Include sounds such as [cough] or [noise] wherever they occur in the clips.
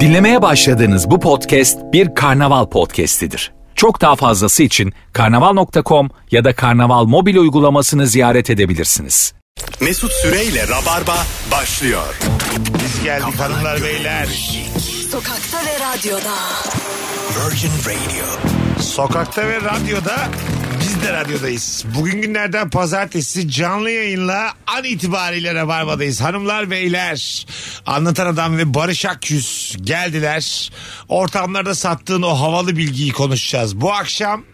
Dinlemeye başladığınız bu podcast bir karnaval podcastidir. Çok daha fazlası için karnaval.com ya da karnaval mobil uygulamasını ziyaret edebilirsiniz. Mesut Süreyle Rabarba başlıyor. Biz geldik hanımlar beyler. Sokakta ve radyoda. Virgin Radio. Sokakta ve radyoda biz de radyodayız. Bugün günlerden pazartesi canlı yayınla an itibariyle Rabarba'dayız. Hanımlar beyler anlatan adam ve Barış Akyüz geldiler. Ortamlarda sattığın o havalı bilgiyi konuşacağız. Bu akşam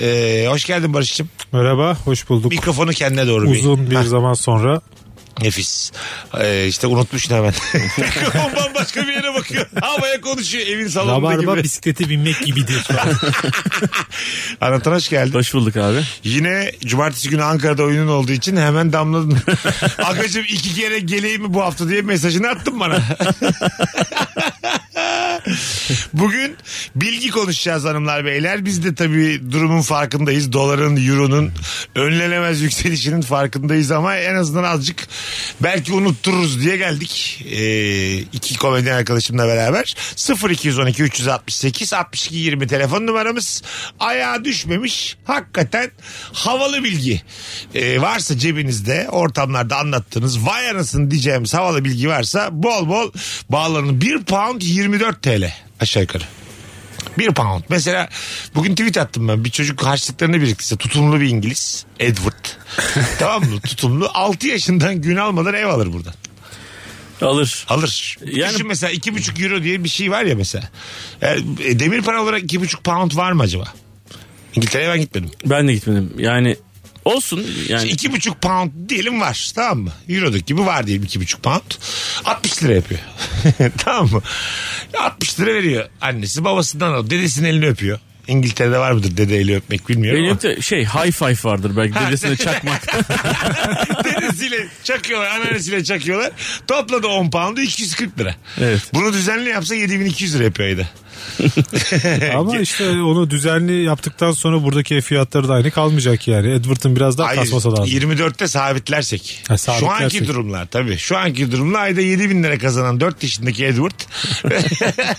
e, hoş geldin Barış'cığım. Merhaba, hoş bulduk. Mikrofonu kendine doğru bir. Uzun bir zaman sonra Nefis. Ee, işte [laughs] unutmuşsun hemen. [laughs] Mikrofon bambaşka bir yere bakıyor. Havaya konuşuyor evin salonunda rabarba gibi. bisiklete binmek gibidir. [laughs] Anlatan [laughs] hoş geldin. Hoş bulduk abi. Yine cumartesi günü Ankara'da oyunun olduğu için hemen damladın. Agacım iki kere geleyim mi bu hafta diye mesajını attın bana. Bugün bilgi konuşacağız hanımlar beyler. Biz de tabii durumun farkındayız. Doların, euronun önlenemez yükselişinin farkındayız ama en azından azıcık belki unuttururuz diye geldik. Ee, iki komedyen arkadaşımla beraber 0212 368 62 20 telefon numaramız. Ayağa düşmemiş hakikaten havalı bilgi. Ee, varsa cebinizde ortamlarda anlattığınız vay anasını diyeceğimiz havalı bilgi varsa bol bol bağlanın. 1 pound 24 TL aşağı yukarı. 1 pound. Mesela bugün tweet attım ben. Bir çocuk harçlıklarını biriktirse tutumlu bir İngiliz. Edward. tamam mı? Tutumlu. 6 yaşından gün almadan ev alır buradan. Alır. Alır. Yani- Düşün mesela 2,5 euro diye bir şey var ya mesela. E, demir para olarak 2,5 pound var mı acaba? İngiltere'ye ben gitmedim. Ben de gitmedim. Yani olsun. Yani İki buçuk pound diyelim var tamam mı? Euro'daki gibi var diyelim iki buçuk pound. 60 lira yapıyor. [laughs] tamam mı? 60 lira veriyor annesi babasından alıyor. Dedesinin elini öpüyor. İngiltere'de var mıdır dede eli öpmek bilmiyorum benim de şey high five vardır belki dedesine çakmak. [laughs] ama. [laughs] dedesiyle çakıyorlar anneannesiyle çakıyorlar. Topladı 10 pound'u 240 lira. Evet. Bunu düzenli yapsa 7200 lira yapıyor ayda. Ama işte onu düzenli yaptıktan sonra buradaki ev fiyatları da aynı kalmayacak yani. Edward'ın biraz daha Hayır, kasması lazım. 24'te sabitlersek. Ha, Şu sabitlersek. anki durumlar tabii. Şu anki durumla ayda 7 bin lira kazanan 4 yaşındaki Edward [laughs]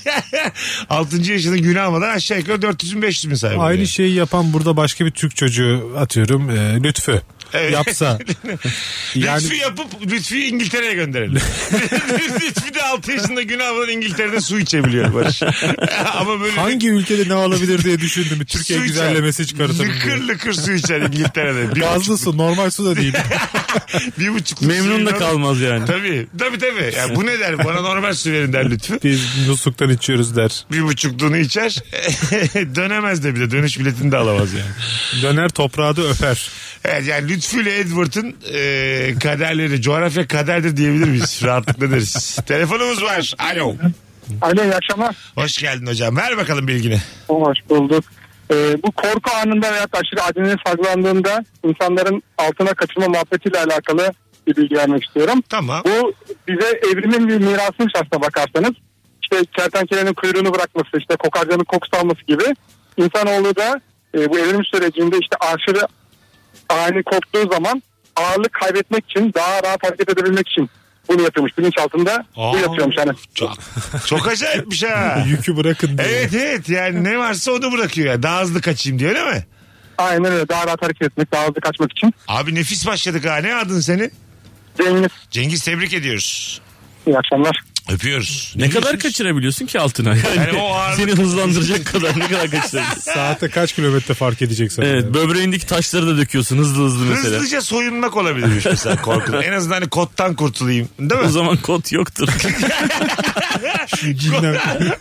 6. yaşını gün almadan aşağı yukarı 400 bin 500 bin sahibi. Aynı şey, oluyor. şeyi yapan burada başka bir Türk çocuğu atıyorum e, Lütfü Evet. [laughs] yapsa. yani Lütfü yapıp Lütfü'yü [laughs] İngiltere'ye gönderelim. Lütfü de 6 yaşında gün almadan İngiltere'de su [laughs] içebiliyor Barış. Ama böyle hangi ülkede ne alabilir diye düşündüm. Bir Türkiye Su içer. güzellemesi çıkartırım. Lıkır lıkır su içer İngiltere'de. Bir Gazlı su normal su da [laughs] değil. buçuk- bir buçuk Memnun da suyla- kalmaz yani. Tabii tabii tabii. Yani bu ne der? Bana normal su verin der Lütfü. Biz musluktan içiyoruz der. bir buçukluğunu içer. [laughs] Dönemez de bile. Dönüş biletini de alamaz yani. Döner toprağı da öper. Evet yani Lütfü ile Edward'ın e, kaderleri, coğrafya kaderdir diyebilir miyiz? Rahatlıkla deriz. Telefonumuz var. Alo. Alo iyi akşamlar. Hoş geldin hocam. Ver bakalım bilgini. Hoş bulduk. Ee, bu korku anında veya aşırı adrenalin salgılandığında insanların altına kaçırma muhabbetiyle alakalı bir bilgi vermek istiyorum. Tamam. Bu bize evrimin bir mirasıymış aslına bakarsanız. İşte kertenkelenin kuyruğunu bırakması, işte kokarcanın kokusu alması gibi. İnsanoğlu da e, bu evrim sürecinde işte aşırı ani korktuğu zaman ağırlık kaybetmek için daha rahat hareket edebilmek için bunu yapıyormuş. Bilinçaltında Aa. bu yapıyormuş yani. Çok, çok [laughs] acayipmiş ha. Yükü bırakın diye. Evet evet yani ne varsa onu bırakıyor ya. Daha hızlı kaçayım diyor öyle mi? Aynen öyle daha rahat hareket etmek, daha hızlı kaçmak için. Abi nefis başladık ha. Ne adın senin? Zengiz. Cengiz tebrik ediyoruz. İyi akşamlar. Öpüyoruz. Ne kadar kaçırabiliyorsun ki altına? Yani, Yani o ağır- seni hızlandıracak kadar ne kadar kaçırabiliyorsun? Saatte kaç kilometre fark edecek sana? Evet böbreğindeki taşları da döküyorsun hızlı hızlı mesela. Hızlıca soyunmak olabilirmiş mesela korkun. en azından hani kottan kurtulayım. Değil mi? O zaman kot [laughs] yoktur.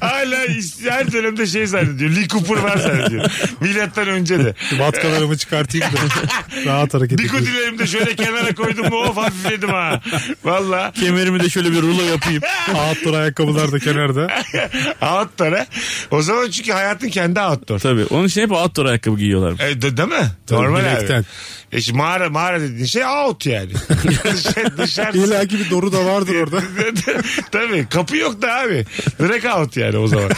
Hala is- her dönemde şey zannediyor. Lee Cooper var zannediyor. Milattan önce de. Vatkalarımı çıkartayım [laughs] da rahat hareket edeyim. Dikutilerimi de şöyle kenara koydum mu of hafifledim ha. Valla. Kemerimi de şöyle bir rulo yapayım. Outdoor ayakkabılar da kenarda. Outdoor ha. O zaman çünkü hayatın kendi outdoor. Tabii onun için hep outdoor ayakkabı giyiyorlar. E, de- değil mi? Tabii, Normal abi. bilekten. E şimdi mağara, mağara dediğin şey out yani. Dışarı, dışarısı. İlla ki bir doğru da vardır orada. [laughs] Tabii kapı yok da abi. Direkt out yani o zaman.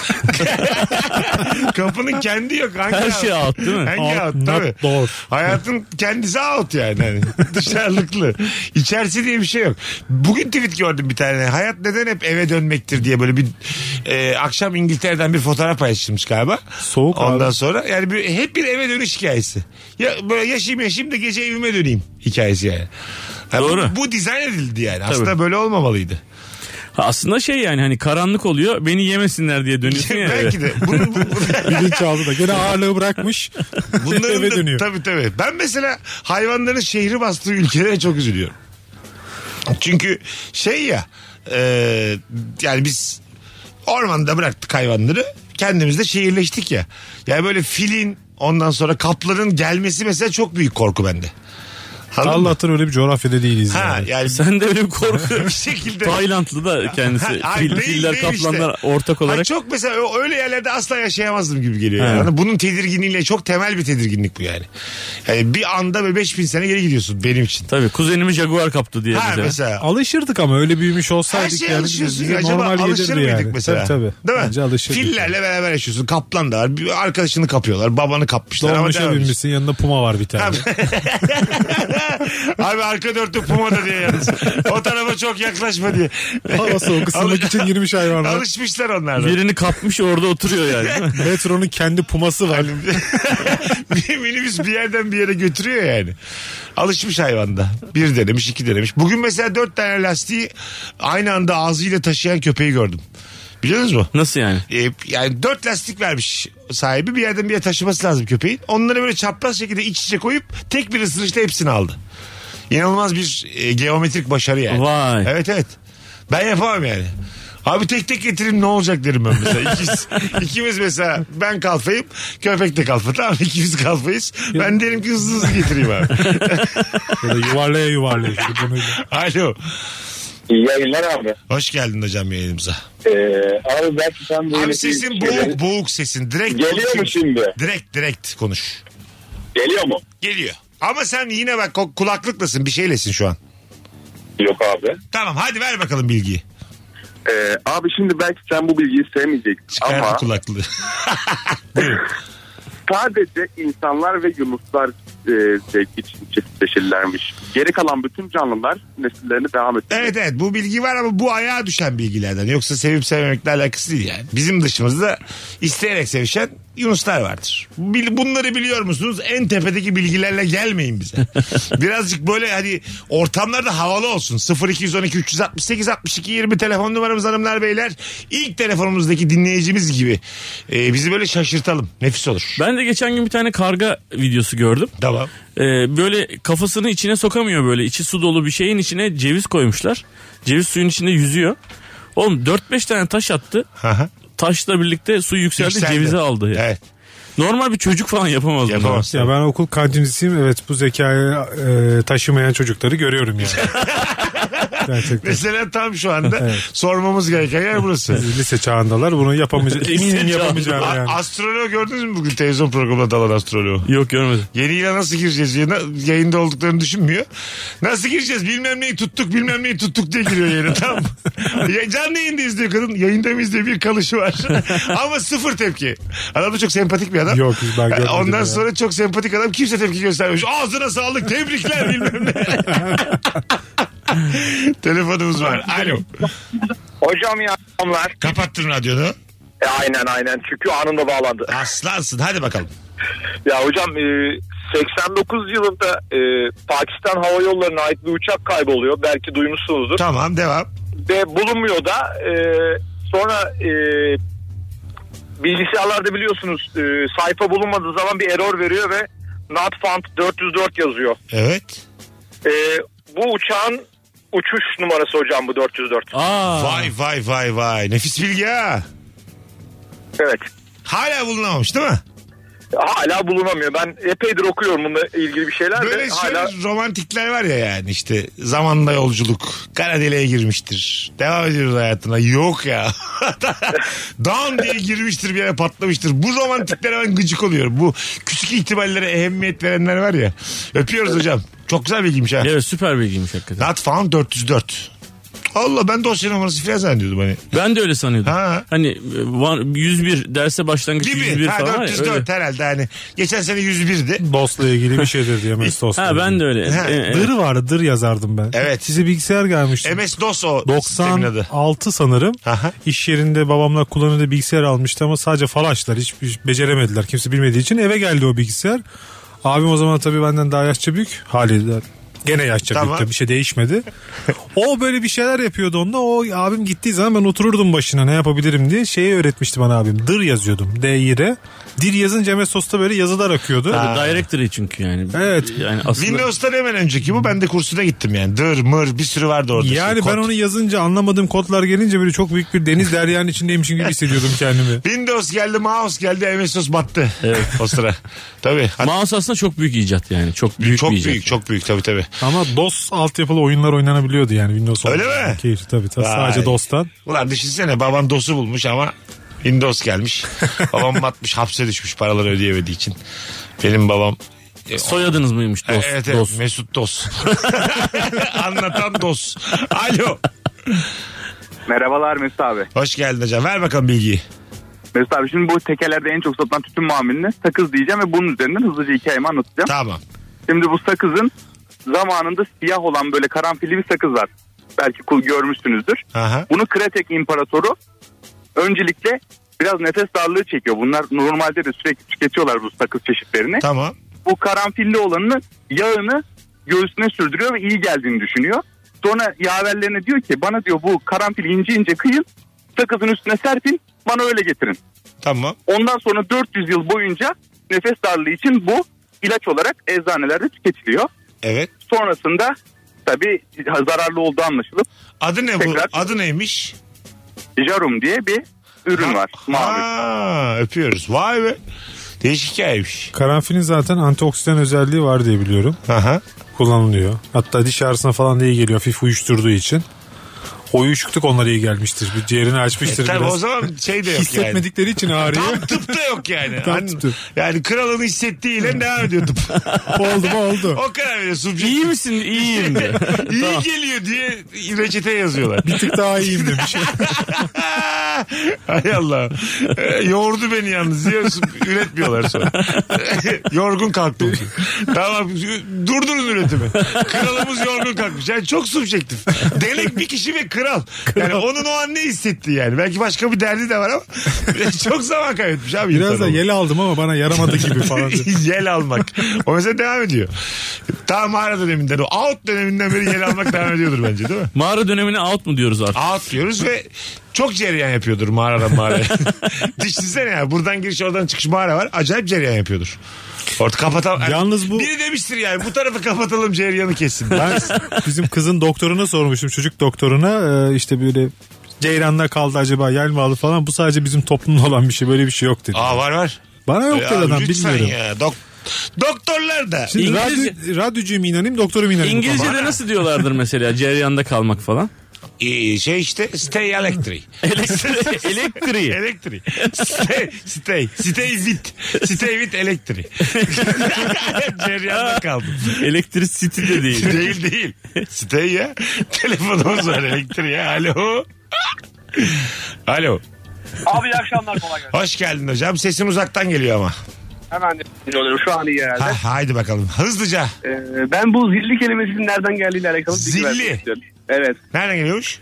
Kapının kendi yok. Hangi Her out? şey out değil mi? Hangi out, Out, not tabii. door. Hayatın kendisi out yani. [laughs] Hani dışarılıklı. İçerisi diye bir şey yok. Bugün tweet gördüm bir tane. Hayat neden hep hep eve dönmektir diye böyle bir e, akşam İngiltere'den bir fotoğraf paylaşılmış galiba. Soğuk abi. Ondan sonra yani bir, hep bir eve dönüş hikayesi. Ya böyle yaşayayım yaşayayım da gece evime döneyim hikayesi yani. Ha, bu- Doğru. Bu, dizayn edildi yani. Aslında böyle olmamalıydı. [laughs] Ha, Aslında şey yani hani karanlık oluyor beni yemesinler diye dönüyorsun ya. eve. Belki de. [laughs] Bunun, bu- Bilinçaltı da gene ağırlığı bırakmış. [laughs] Bunların eve da, dönüyor. Tabii tabii. Ben mesela hayvanların şehri bastığı ülkelere çok üzülüyorum. Çünkü şey ya e, yani biz ormanda bıraktık hayvanları kendimiz de şehirleştik ya. Yani böyle filin ondan sonra kapların gelmesi mesela çok büyük korku bende. Anladın mı? Allah'tan öyle bir coğrafyada değiliz. Ha [laughs] yani. yani Sen de öyle bir korku. [laughs] bir şekilde. Taylandlı da kendisi. Ha, Fil- değil, filler, değil işte. kaplanlar ortak olarak. Ay çok mesela ö- öyle yerlerde asla yaşayamazdım gibi geliyor. Evet. Yani. Bunun tedirginliğiyle çok temel bir tedirginlik bu yani. yani bir anda böyle 5000 sene geri gidiyorsun benim için. Tabii kuzenimi jaguar kaptı diye Ha bize. mesela. Alışırdık ama öyle büyümüş Her olsaydık. şeye yani alışıyorsun bize ya. Acaba normal alışır gelirdi mıydık yani. mesela? Tabii tabii. Değil mi? Bence alışırdık. Fillerle beraber yaşıyorsun. Kaplan da var. Bir arkadaşını kapıyorlar. Babanı kapmışlar. ama Dolmuşa devam ediyorsun. binmişsin yanında puma var bir tane. Abi arka dörtte puma da diye yalnız. [laughs] O tarafa çok yaklaşma diye. [laughs] Hava soğuk ısınmak için girmiş hayvanlar. Alışmışlar onlar [laughs] da. Birini kapmış orada oturuyor yani. [laughs] değil mi? Metronun kendi puması var. bir minibüs bir yerden bir yere götürüyor yani. Alışmış hayvanda. Bir denemiş, iki denemiş. Bugün mesela dört tane lastiği aynı anda ağzıyla taşıyan köpeği gördüm. Biliyorsunuz mu? [laughs] Nasıl yani? Ee, yani dört lastik vermiş sahibi. Bir yerden bir yere taşıması lazım köpeğin. Onları böyle çapraz şekilde iç içe koyup tek bir ısırışta hepsini aldı. İnanılmaz bir e, geometrik başarı yani. Vay. Evet evet. Ben yapamam yani. Abi tek tek getireyim ne olacak derim ben mesela. İkiz, ikimiz mesela ben kalfayım köpek de kalfa tamam ikimiz kalfayız. Ben derim ki hızlı hızlı getireyim abi. Böyle yuvarlaya yuvarlaya. Şimdi bunu- Alo. İyi yayınlar abi. Hoş geldin hocam yayınımıza. Ee, abi belki sen böyle Abi bir sesin şeyleri- boğuk boğuk sesin. Direkt Geliyor mu konuş. şimdi? Direkt direkt konuş. Geliyor mu? Geliyor. Ama sen yine bak ko- kulaklıklasın bir şeylesin şu an. Yok abi. Tamam hadi ver bakalım bilgiyi. Ee, abi şimdi belki sen bu bilgiyi sevmeyeceksin Çıkardı ama kulaklığı. sadece insanlar ve yunuslar e, zevk için çiftleşirlermiş. Geri kalan bütün canlılar nesillerini devam ettiriyor. [laughs] Evet evet bu bilgi var ama bu ayağa düşen bilgilerden. Yoksa sevip sevmemekle alakası değil yani. Bizim dışımızda isteyerek sevişen Yunuslar vardır. Bil- Bunları biliyor musunuz? En tepedeki bilgilerle gelmeyin bize. [laughs] Birazcık böyle hani ortamlarda havalı olsun. 0212 368 62 20 telefon numaramız hanımlar beyler. İlk telefonumuzdaki dinleyicimiz gibi e, bizi böyle şaşırtalım. Nefis olur. Ben de geçen gün bir tane karga videosu gördüm. Tamam. Ee, böyle kafasını içine sokamıyor böyle. İçi su dolu bir şeyin içine ceviz koymuşlar. Ceviz suyun içinde yüzüyor. Oğlum 4-5 tane taş attı. Aha. Taşla birlikte su yükseldi, Yükseldi. cevize aldı. yani. Evet. Normal bir çocuk falan yapamaz bunu. Yapamaz. Ya ben okul kantincisiyim. Evet bu zekayı e, taşımayan çocukları görüyorum [laughs] yani. Gerçekten. Mesela tam [laughs] şu anda sormamız gereken yer burası. Lise çağındalar [laughs] bunu yapamayacak. Eminim yapamayacağım A- yani. Astroloğu gördünüz mü bugün televizyon programına dalan astroloğu? Yok görmedim. Yeni yıla nasıl gireceğiz diye na- yayında olduklarını düşünmüyor. Nasıl gireceğiz bilmem neyi tuttuk bilmem neyi tuttuk diye giriyor yayına [laughs] tamam mı? Ya, canlı yayındayız diyor kadın. Yayında mıyız diye bir kalışı var. [laughs] Ama sıfır tepki. Adam da çok sempatik bir adam. E, Yok, biz ben görmedim Ondan ya. sonra çok sempatik adam kimse tepki göstermemiş. Ağzına sağlık tebrikler bilmem [laughs] ne. Telefonumuz var. Alo. Hocam ya onlar. Kapattın radyonu. E, aynen aynen çünkü anında bağlandı. Aslansın hadi bakalım. Ya hocam e, 89 yılında e, Pakistan Hava Yolları'na ait bir uçak kayboluyor. Belki duymuşsunuzdur. Tamam devam. Ve bulunmuyor da e, sonra e, bilgisayarlarda biliyorsunuz e, sayfa bulunmadığı zaman bir error veriyor ve not found 404 yazıyor. Evet. E, bu uçağın uçuş numarası hocam bu 404. Aa. Vay vay vay vay. Nefis bilgi ha. Evet. Hala bulunamamış değil mi? Hala bulunamıyor. Ben epeydir okuyorum bununla ilgili bir şeyler Böyle şey- de şöyle hala romantikler var ya yani işte zamanla yolculuk kara deliğe girmiştir. Devam ediyoruz hayatına. Yok ya. [laughs] Down diye girmiştir bir yere patlamıştır. Bu romantiklere ben gıcık oluyorum. Bu küçük ihtimallere ehemmiyet verenler var ya. Öpüyoruz hocam. Çok güzel bilgiymiş ha. Evet süper bilgiymiş hakikaten. Not found 404. Allah ben dosya numarası falan zannediyordum hani. Ben de öyle sanıyordum. Ha. Hani e, var- 101 derse başlangıç Gibi. 101 Ha, falan. var ya, 404 öyle. herhalde hani. Geçen sene 101'di. Dostla ilgili bir şeydir diye MS DOS. Ha ben de öyle. Ha, E, e, Dır vardı dır yazardım ben. Evet. Size bilgisayar gelmişti. MS DOS o sistemin adı. 96 sanırım. Aha. İş yerinde babamla kullanıcı bilgisayar almıştı ama sadece falaşlar. Hiç hiç beceremediler. Kimse bilmediği için eve geldi o bilgisayar. Abim o zaman tabii benden daha yaşça büyük. Haliyle gene yaşça Tamam. büyük tabii bir şey değişmedi. o böyle bir şeyler yapıyordu onda. O abim gittiği zaman ben otururdum başına ne yapabilirim diye şeyi öğretmişti bana abim. Dır yazıyordum. D-I-R. Dir yazınca MSOS'ta böyle yazılar akıyordu. Directory çünkü yani. Evet. Yani aslında Windows'tan hemen önceki bu. Ben de kursuna gittim yani. Dır, mır bir sürü vardı orada. Yani Kod. ben onu yazınca anlamadığım kodlar gelince böyle çok büyük bir deniz deryanın içindeymişim gibi hissediyordum kendimi. Windows geldi, mouse geldi, MS DOS battı. Evet. [laughs] o sıra. Tabii. Hat- mouse aslında çok büyük icat yani. Çok [laughs] büyük çok bir büyük, icat. çok büyük tabii tabii. Ama DOS altyapılı oyunlar oynanabiliyordu yani Windows Öyle olmadan. mi? Keyifli tabii. tabii. Vay. Sadece DOS'tan. Ulan düşünsene baban DOS'u bulmuş ama Windows [laughs] gelmiş. babam batmış hapse düşmüş paraları ödeyemediği için. Benim babam E, Soyadınız mıymış dost? evet, evet, dost. [laughs] Mesut DOS. [laughs] Anlatan DOS. Alo. Merhabalar Mesut abi. Hoş geldin hocam. Ver bakalım bilgiyi. Mesut abi şimdi bu tekelerde en çok satılan tütün muameline sakız diyeceğim ve bunun üzerinden hızlıca hikayemi anlatacağım. Tamam. Şimdi bu sakızın zamanında siyah olan böyle karanfilli bir sakız var. Belki kul görmüşsünüzdür. Aha. Bunu Kretek İmparatoru öncelikle biraz nefes darlığı çekiyor. Bunlar normalde de sürekli tüketiyorlar bu sakız çeşitlerini. Tamam. bu karanfilli olanını yağını göğsüne sürdürüyor ve iyi geldiğini düşünüyor. Sonra yaverlerine diyor ki bana diyor bu karanfil ince ince kıyın sakızın üstüne serpin bana öyle getirin. Tamam. Ondan sonra 400 yıl boyunca nefes darlığı için bu ilaç olarak eczanelerde tüketiliyor. Evet. Sonrasında tabii zararlı olduğu anlaşılıp Adı ne bu? Tekrar. Adı neymiş? jarum diye bir ürün var. Mavi. Ha, öpüyoruz. Vay be. Değişik hikayeymiş. Karanfilin zaten antioksidan özelliği var diye biliyorum. Aha. Kullanılıyor. Hatta diş ağrısına falan da iyi geliyor. Hafif uyuşturduğu için. O uyuşukluk onlara iyi gelmiştir. Bir ciğerini açmıştır E, Tabii biraz. o zaman şey de yok yani. Hissetmedikleri için ağrıyor. Tam tıp da yok yani. Tam An- tıp da yok. Yani kralın hissettiğiyle devam ediyor tıp. [laughs] oldu mu oldu. o kadar veriyor. Subjektif. İyi misin? İyiyim de. [laughs] İyi geliyor diye reçete yazıyorlar. Bir şey. tık daha iyiyim demiş. [laughs] Hay Allah. Ee, yoğurdu beni yalnız diye su- üretmiyorlar sonra. yorgun kalktım. tamam durdurun üretimi. Kralımız yorgun kalkmış. Yani çok subjektif. Delik bir kişi ve kral. Yani onun o an ne hissetti yani. Belki başka bir derdi de var ama [laughs] çok zaman kaybetmiş abi. Biraz da insanoğlu. yel aldım ama bana yaramadı gibi [laughs] falan. yel almak. O mesela devam ediyor. Tam mağara döneminden o out döneminden beri yel almak devam ediyordur bence değil mi? Mağara dönemine out mu diyoruz artık? Out diyoruz ve çok cereyan yapıyordur [laughs] mağaradan mağaraya. Düşünsene ya buradan giriş oradan çıkış mağara var. Acayip cereyan yapıyordur. Orada kapatalım. Yalnız bu- Biri demiştir yani bu tarafı kapatalım cereyanı kessin. Ben bizim kızın doktoruna sormuştum çocuk doktoruna e, işte böyle ceyranlar kaldı acaba yel mi aldı falan bu sadece bizim toplumda olan bir şey böyle bir şey yok dedi. Aa var var. Bana yok Ya dedi adam lütfen bilmiyorum. e, ya. Dok- Doktorlar da. Şimdi İngilizce- radyo, radyocuya mı inanayım doktora mı inanayım? İngilizce'de nasıl diyorlardır mesela ceryanda kalmak [laughs] falan? Ee, şey işte [laughs] stay electric. Elektri- Elektriği. [laughs] Elektri. Stay, stay, stay with. Stay [laughs] with [laughs] elektri. Ceryanda kaldım. Elektrisiti de değil. [laughs] Değil değil. [laughs] Stay ya. Telefonumuz var elektri ya. Alo. Alo. Abi iyi akşamlar kolay gelsin. Hoş geldin hocam. Sesin uzaktan geliyor ama. Hemen de oluyorum şu an iyi herhalde. Ha, haydi bakalım. Hızlıca. Ee, ben bu zilli kelimesinin nereden geldiğiyle alakalı bilgi Zilli. vermek istiyorum. Evet. Nereden geliyormuş?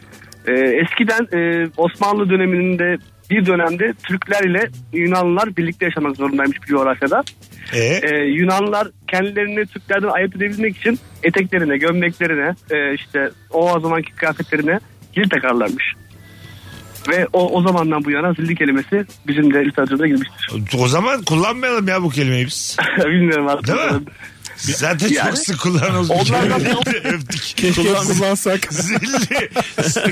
Ee, eskiden e, Osmanlı döneminde bir dönemde Türkler ile Yunanlılar birlikte yaşamak zorundaymış bir coğrafyada. Ee, Ee, Yunanlılar kendilerini Türklerden ayırt edebilmek için eteklerine, gömleklerine, e, işte o zamanki kıyafetlerine zil takarlarmış. Ve o, o zamandan bu yana zilli kelimesi bizim de literatüre girmiştir. [laughs] o zaman kullanmayalım ya bu kelimeyi biz. Bilmiyorum artık. Değil [laughs] mi? Biz Zaten çok Yani- sık kullanıyoruz. [laughs] Onlardan- Öptük. kullansak. Zilli.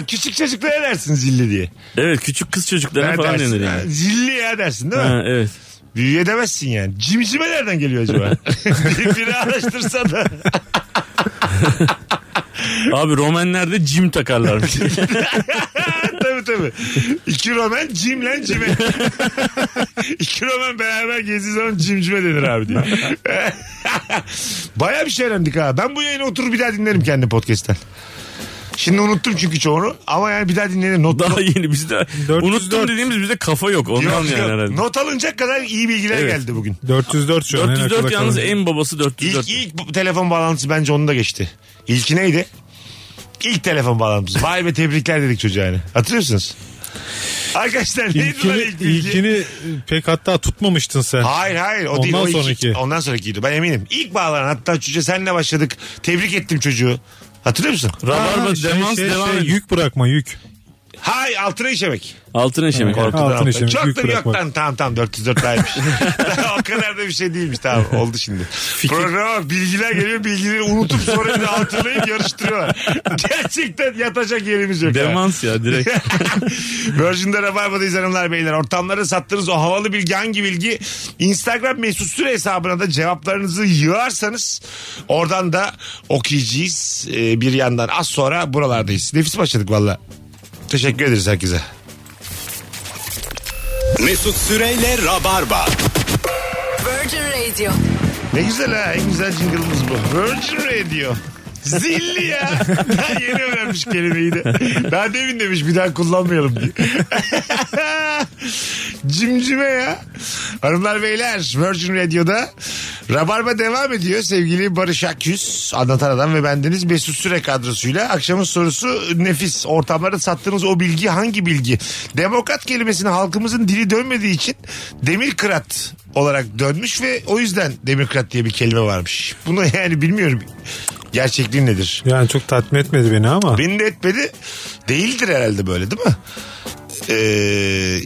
Küçük çocuklara dersin zilli diye. Evet küçük kız çocuklarına Ha, falan dersin. denir Ha, yani. Zilli ya dersin değil mi? Ha, evet. Büyüye demezsin yani. Cimcime nereden geliyor [laughs] acaba? [laughs] Bir- Biri araştırsa da. Abi Romenlerde cim takarlarmış. tabii tabii. İki roman [laughs] cimlen cime. İki roman beraber gezdiği zaman cimcime denir abi diye. Baya bir şey öğrendik ha. Ben bu yayını oturup bir daha dinlerim kendi podcast'ten. Şimdi unuttum çünkü çoğunu ama yani bir daha dinleyelim. Not, Daha yeni bizde. 404. Unuttum dediğimiz bizde kafa yok. Ondan Yok, yani yok. herhalde. Not alınacak kadar iyi bilgiler Evet. geldi bugün. 404 şu an. en 404 akılda yalnız kalan. en babası İlk, 404. ilk bu- telefon bağlantısı bence onu da geçti. İlki neydi? İlk telefon bağlantısı. Vay be tebrikler dedik çocuğa yani. Hatırlıyor musunuz? Arkadaşlar neydi lan İlkini, ilk bilgi? ilkini e, pek hatta tutmamıştın sen. Hayır hayır o değil. Ondan o ilk- sonraki. Ondan sonrakiydi ben eminim. İlk bağlanan hatta çocuğa senle başladık. Tebrik ettim çocuğu. Hatırlıyor musun? Rabarba demans devam ediyor. şey, yük bırakma yük. Hay altına işemek. Altın eşemek. Korktum. Altına Altına işemek, Çok yük da bir yok bırakmak. lan tamam tamam [laughs] 404 daymış. [laughs] o kadar da bir şey değilmiş tamam oldu şimdi. Programa bak, bilgiler geliyor bilgileri unutup sonra bir de [laughs] hatırlayıp yarıştırıyorlar. Gerçekten yatacak yerimiz yok. ha. Demans ya [laughs] direkt. Virgin'de Rabarba'dayız hanımlar beyler. Ortamlara sattığınız o havalı bilgi hangi bilgi? Instagram mesut süre hesabına da cevaplarınızı yığarsanız oradan da okuyacağız. Ee, bir yandan az sonra buralardayız. Nefis başladık valla. Teşekkür ederiz herkese. Mesut Süreyle Rabarba. Virgin Radio. Ne güzel ha en güzel jingle'ımız bu. Virgin Radio. Zilli ya. Daha yeni öğrenmiş kelimeyi de. Daha demin demiş bir daha kullanmayalım diye. [laughs] Cimcime ya. Hanımlar beyler Virgin Radio'da Rabarba devam ediyor. Sevgili Barış Akyüz, Anlatan Adam ve bendeniz Mesut Süre kadrosuyla. Akşamın sorusu nefis. Ortamlara sattığınız o bilgi hangi bilgi? Demokrat kelimesini halkımızın dili dönmediği için Demirkırat olarak dönmüş ve o yüzden Demirkırat diye bir kelime varmış. Bunu [laughs] yani bilmiyorum gerçekliği nedir. Yani çok tatmin etmedi beni ama. Beni de etmedi. Değildir herhalde böyle değil mi? Ee,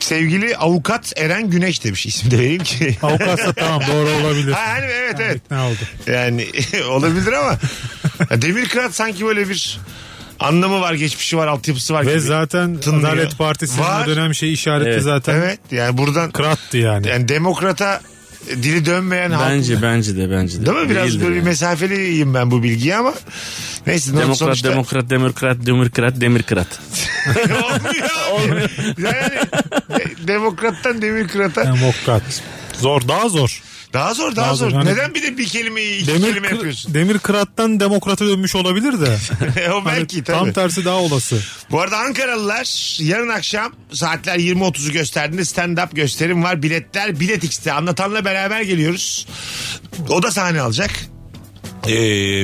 sevgili avukat Eren Güneş demiş isim de vereyim ki. Avukatsa tamam doğru olabilir. [laughs] ha, hani evet [laughs] evet. Ne oldu? Yani [laughs] olabilir ama ya Demir Kırat sanki böyle bir anlamı var, geçmişi var, altyapısı var. Ve gibi. zaten Tınlıyor. Adalet Partisi'nin Var. o dönem şey işareti Evet. zaten Evet yani buradan krattı yani. yani demokrata e, dili dönmeyen halk. bence bence de bence de. Değil mi? Biraz Değildir böyle yani. mesafeliyim ben bu bilgiye ama neyse Demokrat, sonuçta- [laughs] demokrat, demokrat, demokrat, demirkrat. Olmuyor. Olmuyor. Yani de- demokrattan demokrata Demokrat. Zor daha zor. Daha zor daha, Daha zor. zor. Hani- Neden bir de bir kelimeyi iki Demir, kelime yapıyorsun? [laughs] E, Demir Kırat'tan demokrata dönmüş [laughs] olabilir de. o Hani belki tabii. tam tersi daha olası. Bu arada Ankaralılar yarın akşam saatler 20.30'u gösterdiğinde stand-up gösterim var. Biletler Bilet X'te. Anlatanla beraber geliyoruz. O da sahne alacak. Ee,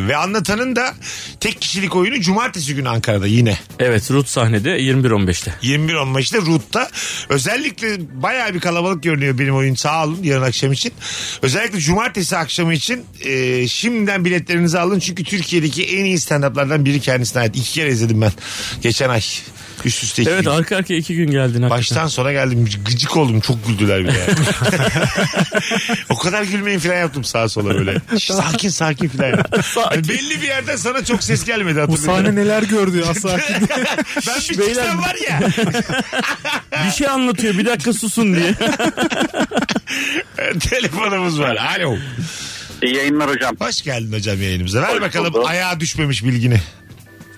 ve anlatanın da tek kişilik oyunu cumartesi günü Ankara'da yine. Evet Rut sahnede 21.15'te. 21 maçta Root'ta. Özellikle bayağı bir kalabalık görünüyor benim oyun sağ olun yarın akşam için. Özellikle cumartesi akşamı için e, şimdiden biletlerinizi alın. Çünkü Türkiye'deki en iyi stand-up'lardan biri kendisine ait. İki kere izledim ben geçen ay. Üst üste iki Evet gün. arka arkaya iki gün geldin hakikaten. Baştan sona geldim gıcık oldum çok güldüler bir de [laughs] yani. o kadar gülmeyin falan yaptım sağa sola böyle. Şş, Sakin sakin falan [laughs] yaptım. Sakin. Belli bir yerden sana çok ses gelmedi Bu hatırlıyorum. [laughs] sahne neler gördü [laughs] ya sakin. ben bir çıksam var ya. [laughs] Bir şey anlatıyor bir dakika susun [laughs] diye. Telefonumuz var. Alo. İyi yayınlar hocam. Hoş geldin hocam yayınımıza. Ver Hoş bakalım bulduk. ayağa düşmemiş bilgini.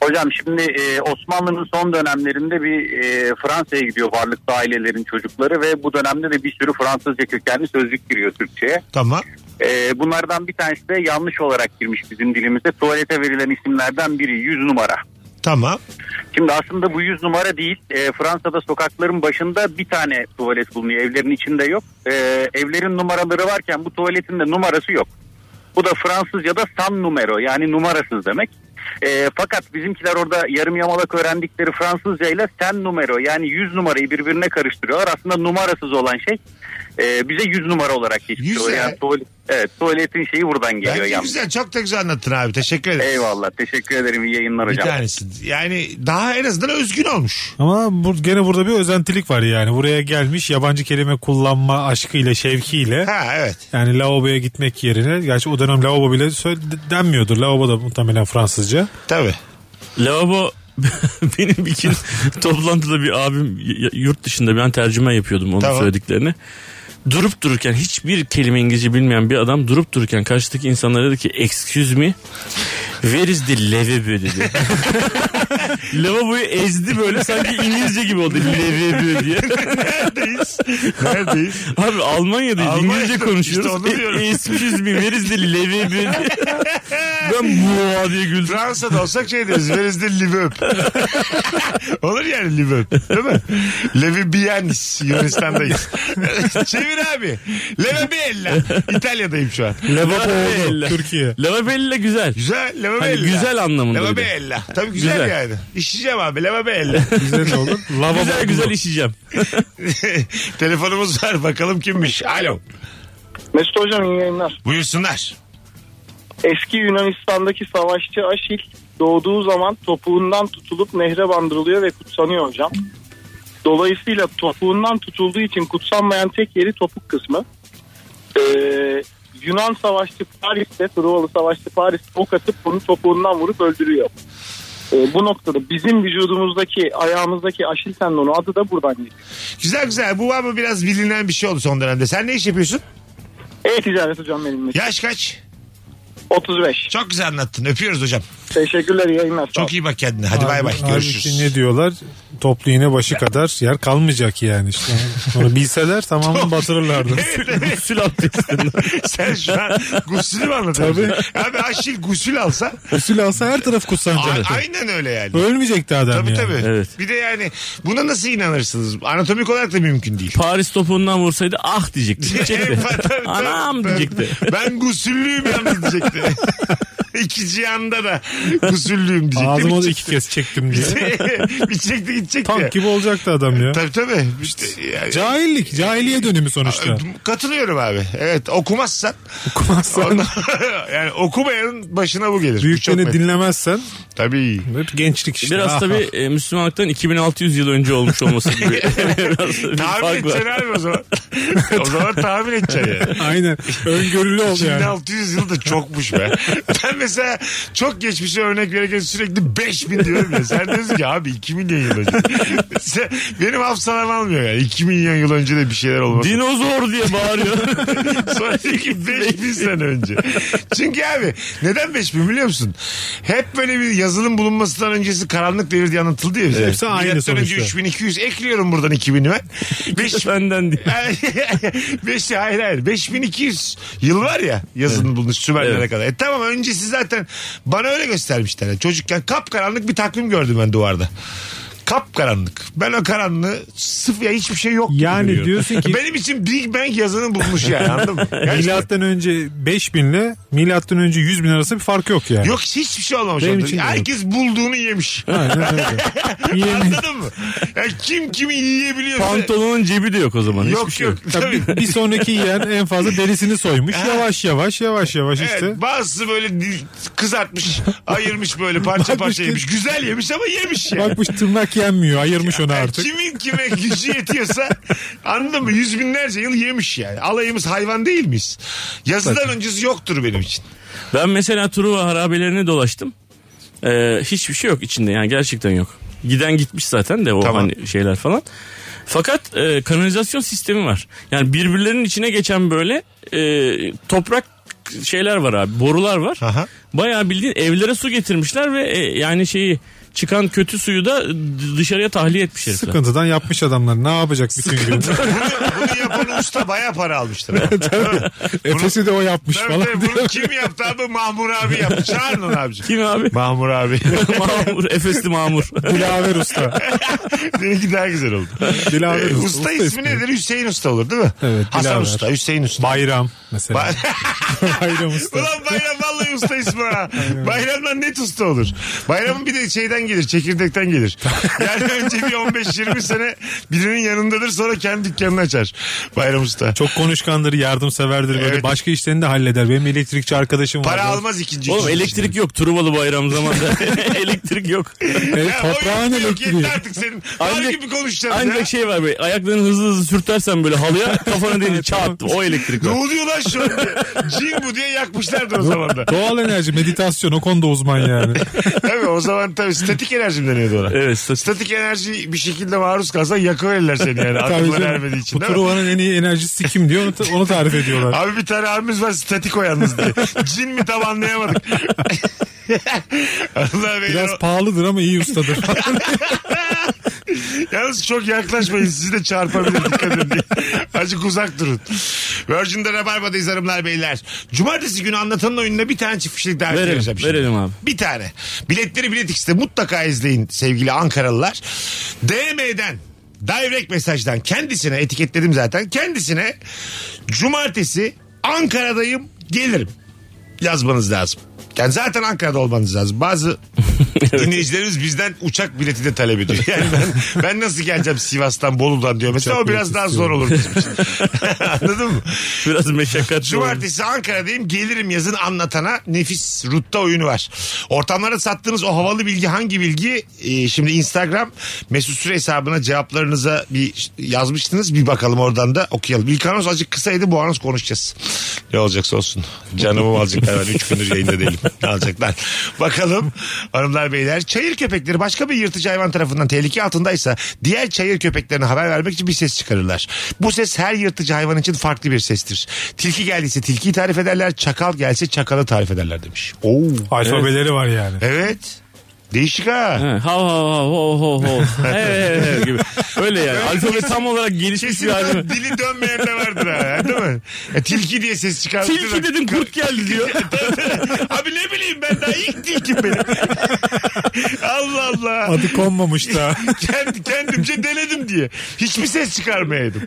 Hocam şimdi e, Osmanlı'nın son dönemlerinde bir e, Fransa'ya gidiyor varlıklı ailelerin çocukları ve bu dönemde de bir sürü Fransızca kökenli sözlük giriyor Türkçe'ye. Tamam. E, bunlardan bir tanesi de yanlış olarak girmiş bizim dilimize. Tuvalete verilen isimlerden biri 100 numara. Tamam. Şimdi aslında bu 100 numara değil. E, Fransa'da sokakların başında bir tane tuvalet bulunuyor. Evlerin içinde yok. E, evlerin numaraları varken bu tuvaletin de numarası yok. Bu da Fransızca'da sam numero yani numarasız demek. E, fakat bizimkiler orada yarım yamalak öğrendikleri Fransızca ile sen numero yani 100 numarayı birbirine karıştırıyorlar. Aslında numarasız olan şey e, bize 100 numara olarak geçiyor. Güzel. Yani tuvalet, evet, tuvaletin şeyi buradan geliyor. Bence yani. güzel. Çok da güzel anlattın abi. Teşekkür ederim. Eyvallah teşekkür ederim iyi yayınlar Bir hocam. tanesi. Yani daha en azından özgün olmuş. Ama bu, gene burada bir özentilik var yani. Buraya gelmiş yabancı kelime kullanma aşkıyla, şevkiyle. Ha evet. Yani lavaboya gitmek yerine. Gerçi o dönem lavabo bile söyle, denmiyordur. Lavabo da muhtemelen Fransızca. Tabii. Lavabo [laughs] benim bir gün toplantıda bir abim y- yurt dışında ben tercüme yapıyordum onun Tamam. söylediklerini. Durup dururken hiçbir kelime İngilizce bilmeyen bir adam durup dururken karşıdaki insanlara dedi ki excuse me where is the lavabo dedi. [laughs] Lavaboyu ezdi böyle sanki İngilizce gibi oldu. Lavaboyu diye. [laughs] Neredeyiz? Neredeyiz? Abi Almanya'dayız. Almanya'da. İngilizce İşte konuşuyoruz. onu diyorum. E, esmişiz bir veriz de lavaboyu diye. Ben muaa diye güldüm. Fransa'da olsak şey deriz. Where de Livöp? [laughs] Olur yani Livöp. Değil mi? Levi Bianis. Yunanistan'dayız. [laughs] Çevir abi. Leve Bella. İtalya'dayım şu an. Lavabo Türkiye. Lavabella güzel. Güzel. Leve Hani Bella. güzel anlamında Leve bir de. Bella. Tabii güzel, Güzel. yani. İşeceğim abi. Leve Bella. [laughs] Güzel olur. [laughs] Lavabo Güzel güzel işeceğim. [laughs] Telefonumuz var. Bakalım kimmiş. Alo. Mesut Hocam iyi yayınlar. Buyursunlar. Eski Yunanistan'daki savaşçı Aşil doğduğu zaman topuğundan tutulup nehre bandırılıyor ve kutsanıyor hocam. Dolayısıyla topuğundan tutulduğu için kutsanmayan tek yeri topuk kısmı. Ee, Yunan savaşçı Paris'te, Truvalı savaşçı Paris'te ok atıp bunu topuğundan vurup öldürüyor. Ee, bu noktada bizim vücudumuzdaki, ayağımızdaki aşil tendonu adı da buradan geliyor. Güzel güzel. Bu ama biraz bilinen bir şey oldu son dönemde. Sen ne iş yapıyorsun? Evet ticaret hocam benim. için. Yaş kaç? 35. Çok güzel anlattın. Öpüyoruz hocam. Teşekkürler iyi yayınlar. Sağ Çok iyi bak kendine. Hadi bay bay. Halbuki Görüşürüz. ne diyorlar? Toplu iğne başı kadar yer kalmayacak yani işte. Onu bilseler tamamını [laughs] batırırlardı. Sül abdestinden. Sen şu an gusülü mü anlatıyorsun? Abi Aşil gusül alsa Usul alsa her taraf kutsanacaktı. a- aynen öyle yani. Ölmeyecekti adam Tabii yani. tabii. Evet. Bir de yani buna nasıl inanırsınız? Anatomik olarak da mümkün değil. [laughs] Paris topuğundan vursaydı ah diyecekti. Tabii, Diyecekti. tabii. Anam Ben- diyecekti. Ben gusüllüyüm yalnız diyecekti. İki cihanda da gusüllüyüm diyecekti. Ağzıma da iki Bitecekti. kez çektim diye. [laughs] Bitecekti gidecekti. Tank gibi olacaktı adam ya. Tabii tabii. İşte, yani- Cahillik. Cahiliye dönemi sonuçta. Katılıyorum abi. Evet okumazsan Okumazsan, ondan- [laughs] yani okumayanın başına bu gelir. Bu çok büyüklerini net. dinlemezsen Tabii. hep gençlik işte. Biraz [laughs] Ah, tabii e, Müslümanlıktan 2600 yıl önce olmuş olması gibi. Biraz bir Tahmin fark var. edeceksin abi [laughs] o zaman. o zaman tahmin edeceksin yani. ah. Aynen. Öngörülü ol Şimdi yani. 600 yıl da çokmuş be. Ben mesela çok geçmişe örnek verirken sürekli 5000 diyorum ya. Sen diyorsun ki abi 2 milyon yıl önce. [laughs] Sen- benim hafızalarım almıyor yani. 2 milyon yıl önce de bir şeyler olmasın. Dinozor diye bağırıyor. [laughs] Sonra diyor [laughs] ki 5000 sene önce. Çünkü abi neden 5000 biliyor musun? Hep böyle bir yazılım bulunmasından öncesi karanlık devir diye anlatıldı ya bize. Hepsi aynı Milattan önce sonuçta. 3200 ekliyorum buradan 2000'i [laughs] ben. 5000 Senden [laughs] diye. Beş, hayır hayır. 5200 yıl var ya yazın bulmuş Sümerlere Evet. kadar. E tamam öncesi zaten bana öyle göstermişler. Yani çocukken kapkaranlık bir takvim gördüm ben duvarda. Kapkaranlık. Ben o karanlığı sıfır ya hiçbir şey yok. gibi Yani görüyorum. E, diyorsun ki- Benim için Big Bang yazını bulmuş yani [laughs] anladın mı? Gerçekten. Milattan önce 5000 ile milattan önce 100 bin arasında bir fark yok yani. Yok hiçbir şey olmamış. Benim orada. için de yok. Herkes [laughs] bulduğunu yemiş. Aynen öyle. Yemin- Anladın mı? Ya kim kimi yiyebiliyorsa. Pantolonun cebi de yok o zaman. Hiçbir Yok şey yok. Tabii. bir sonraki yiyen en fazla derisini soymuş. Yavaş yavaş yavaş yavaş Evet, işte. bazısı böyle dil- kızartmış, ayırmış böyle parça Bakmış parça ki- yemiş. Güzel yemiş ama yemiş yani. Bakmış tırnak yenmiyor. Ayırmış onu Yani artık. Kimin kime gücü yetiyorsa anladın mı? Yüz binlerce yıl yemiş yani. Alayımız hayvan değil miyiz? Yazıdan öncesi yoktur benim için. Ben mesela Truva harabelerini dolaştım. Ee, hiçbir şey yok içinde yani gerçekten yok. Giden gitmiş zaten de o Tamam. hani şeyler falan. Fakat e, kanalizasyon sistemi var. Yani birbirlerinin içine geçen böyle e, toprak şeyler var abi borular var. Aha. Bayağı bildiğin evlere su getirmişler ve e, yani şeyi çıkan kötü suyu da dışarıya tahliye etmiş herifler. Sıkıntıdan yapmış adamlar. Ne yapacak bütün gün? [laughs] Bunu yapan usta baya para almıştır. ama. Efes'i de o yapmış Tabii falan. tabii, diye. bunu kim yaptı abi? Mahmur abi yaptı. Çağırın onu abici. Kim [laughs] abi? Mahmur abi. Mamur, Efesli Mamur. Dilaver Usta. [laughs] Benimki daha güzel oldu. Dilaver Ee, Usta. usta, ismi nedir? Hüseyin Usta olur değil mi? Evet, Hasan Dilaver. Usta, Hüseyin Usta. Bayram mesela. [laughs] Bayram Usta. Ulan bayram vallahi usta ismi ha. Bayramdan net usta olur. Bayramın bir de şeyden gelir, çekirdekten gelir. Yani önce bir 15-20 sene birinin yanındadır sonra kendi dükkanını açar. Bayram usta. Çok konuşkandır, yardımseverdir böyle. Evet. Başka işlerini de halleder. Benim elektrikçi arkadaşım var. Para almaz ikinci. Oğlum üçüncü elektrik yok Truvalı bayram zamanında. [laughs] elektrik yok. Evet, Ya o toprağın yok, yok, elektriği. Yeter artık senin. Var Ancak- gibi konuşacaksın Ancak ya. şey var böyle ayaklarını hızlı hızlı sürtersen böyle [laughs] halıya kafana değil çat o elektrik Ne var. oluyor lan şu an? diye. Cin bu diye yakmışlardı o zaman da. Doğal enerji, meditasyon o konuda uzman yani. Tabii o zaman tabii statik enerjim deniyordu ona. Evet statik. Statik enerji bir şekilde maruz kalsan yakıverirler seni yani. Akılları ermediği için. Bu değil mi? Truva'nın en iyi enerjisi kim diyor onu, onu [laughs] tarif ediyorlar. Abi bir tane abimiz var statik o yalnız diye. Cin mi tam anlayamadık. Allah beyler. Biraz pahalıdır ama iyi ustadır. Yalnız çok yaklaşmayın sizi de çarpabilir dikkat edin diye. Azıcık uzak durun. Virgin'de Rabarba'dayız hanımlar beyler. Cumartesi günü anlatanın oyununa bir tane çift kişilik davetiye Verelim, vereceğim şimdi. verelim abi. Bir tane. Biletleri Bilet X'te mutlaka izleyin sevgili Ankaralılar. DM'den direct mesajdan kendisine etiketledim zaten. Kendisine cumartesi Ankara'dayım gelirim yazmanız lazım. Yani zaten Ankara'da olmanız lazım. Bazı dinleyicilerimiz bizden uçak bileti de [laughs] talep ediyor. Yani ben, ben nasıl geleceğim Sivas'tan Bolu'dan diyor. Mesela Uçak o biraz bileti daha zor olur [laughs] bizim için. Anladın mı? Biraz meşakkatli oldu. Cumartesi Ankara'dayım gelirim yazın anlatana nefis rutta oyunu var. Ortamlara sattığınız o havalı bilgi hangi bilgi? Ee, şimdi Instagram mesut süre hesabına cevaplarınıza bir yazmıştınız. Bir bakalım oradan da okuyalım. İlk anons azıcık kısaydı bu anons konuşacağız. Ne olacaksa olsun. Canımı alacaklar. Ben 3 gündür yayında değilim. Alacaklar. Bakalım hanımlar beyler. Çayır köpekleri başka bir yırtıcı hayvan tarafından tehlike altındaysa diğer çayır köpeklerine haber vermek için bir ses çıkarırlar. Bu ses her yırtıcı hayvan için farklı bir sestir. Tilki geldiyse tilkiyi tarif ederler. Çakal gelse çakalı tarif ederler demiş. Oo. Alfabeleri var yani. Evet. Değişik ha. Ha, hav hav hav ho ho [laughs] ho. He, he, he gibi. Öyle yani. Alfabe tam olarak gelişmiş Kesin bir hali. [laughs] dili dönmeyen de vardır ha. Değil mi? Ya, tilki diye ses çıkartıyor. Tilki dedim kurt geldi diyor. [laughs] Abi ne bileyim ben daha ilk tilkim benim. Allah Allah. Adı konmamış [laughs] da. Kendi, kendimce denedim diye. Hiçbir ses çıkarmayaydım.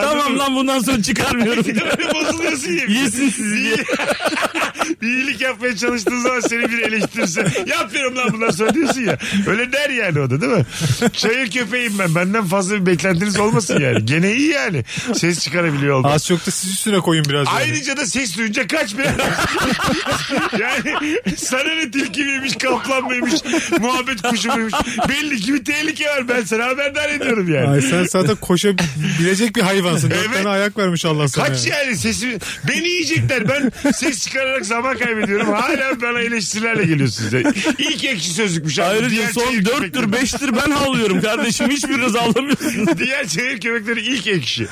tamam lan bundan sonra çıkarmıyorum. diyor. Böyle bozuluyorsun ya. Yesin sizi diye. [laughs] Bir iyilik yapmaya çalıştığın zaman seni bir eleştirirse yapmıyorum lan bundan sonra diyorsun ya. Öyle der yani o da değil mi? Çayır köpeğim ben. Benden fazla bir beklentiniz olmasın yani. Gene iyi yani. Ses çıkarabiliyor olmak. Az çok da siz üstüne koyun biraz. yani. Ayrıca da ses duyunca kaç bir [laughs] Yani sana ne tilki miymiş, kaplan mıymış, muhabbet kuşu muymuş. Belli ki bir tehlike var. Ben sana haberdar ediyorum yani. Ay sen zaten koşabilecek bir hayvansın. Dört Evet. tane ayak vermiş Allah sana. Kaç yani. yani sesi beni yiyecekler ben ses çıkararak zaman kaybediyorum hala bana eleştirilerle geliyorsunuz. Yani İlk ekşi sözlükmüş abi. Ayrıca Diğer son çevir 4'tür köpekleri- 5'tir ben havlıyorum kardeşim. Hiçbiriniz havlamıyorsunuz. Diğer çevir köpekleri ilk ekşi.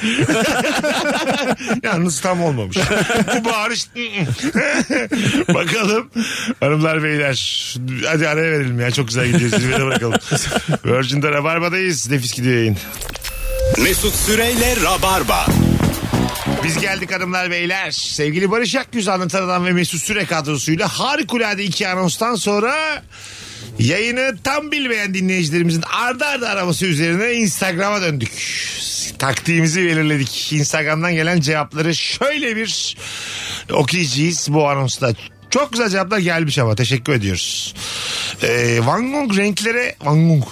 [laughs] Yalnız tam olmamış. Bu bağırış. [laughs] Bakalım hanımlar beyler. Hadi araya verelim ya çok güzel gidiyoruz. [laughs] Zirvede bırakalım. Virgin'de Rabarba'dayız. Nefis gidiyor yayın. Mesut Süreyle Rabarba. Biz geldik hanımlar beyler. Sevgili Barış Akgüz anlatan adam ve Mesut Süre kadrosuyla harikulade iki anonstan sonra yayını tam bilmeyen dinleyicilerimizin ardı ardı araması üzerine Instagram'a döndük. Taktiğimizi belirledik. Instagram'dan gelen cevapları şöyle bir okuyacağız bu anonsta. Çok güzel cevaplar gelmiş ama teşekkür ediyoruz. Ee, Van Gogh renklere... Van Gogh.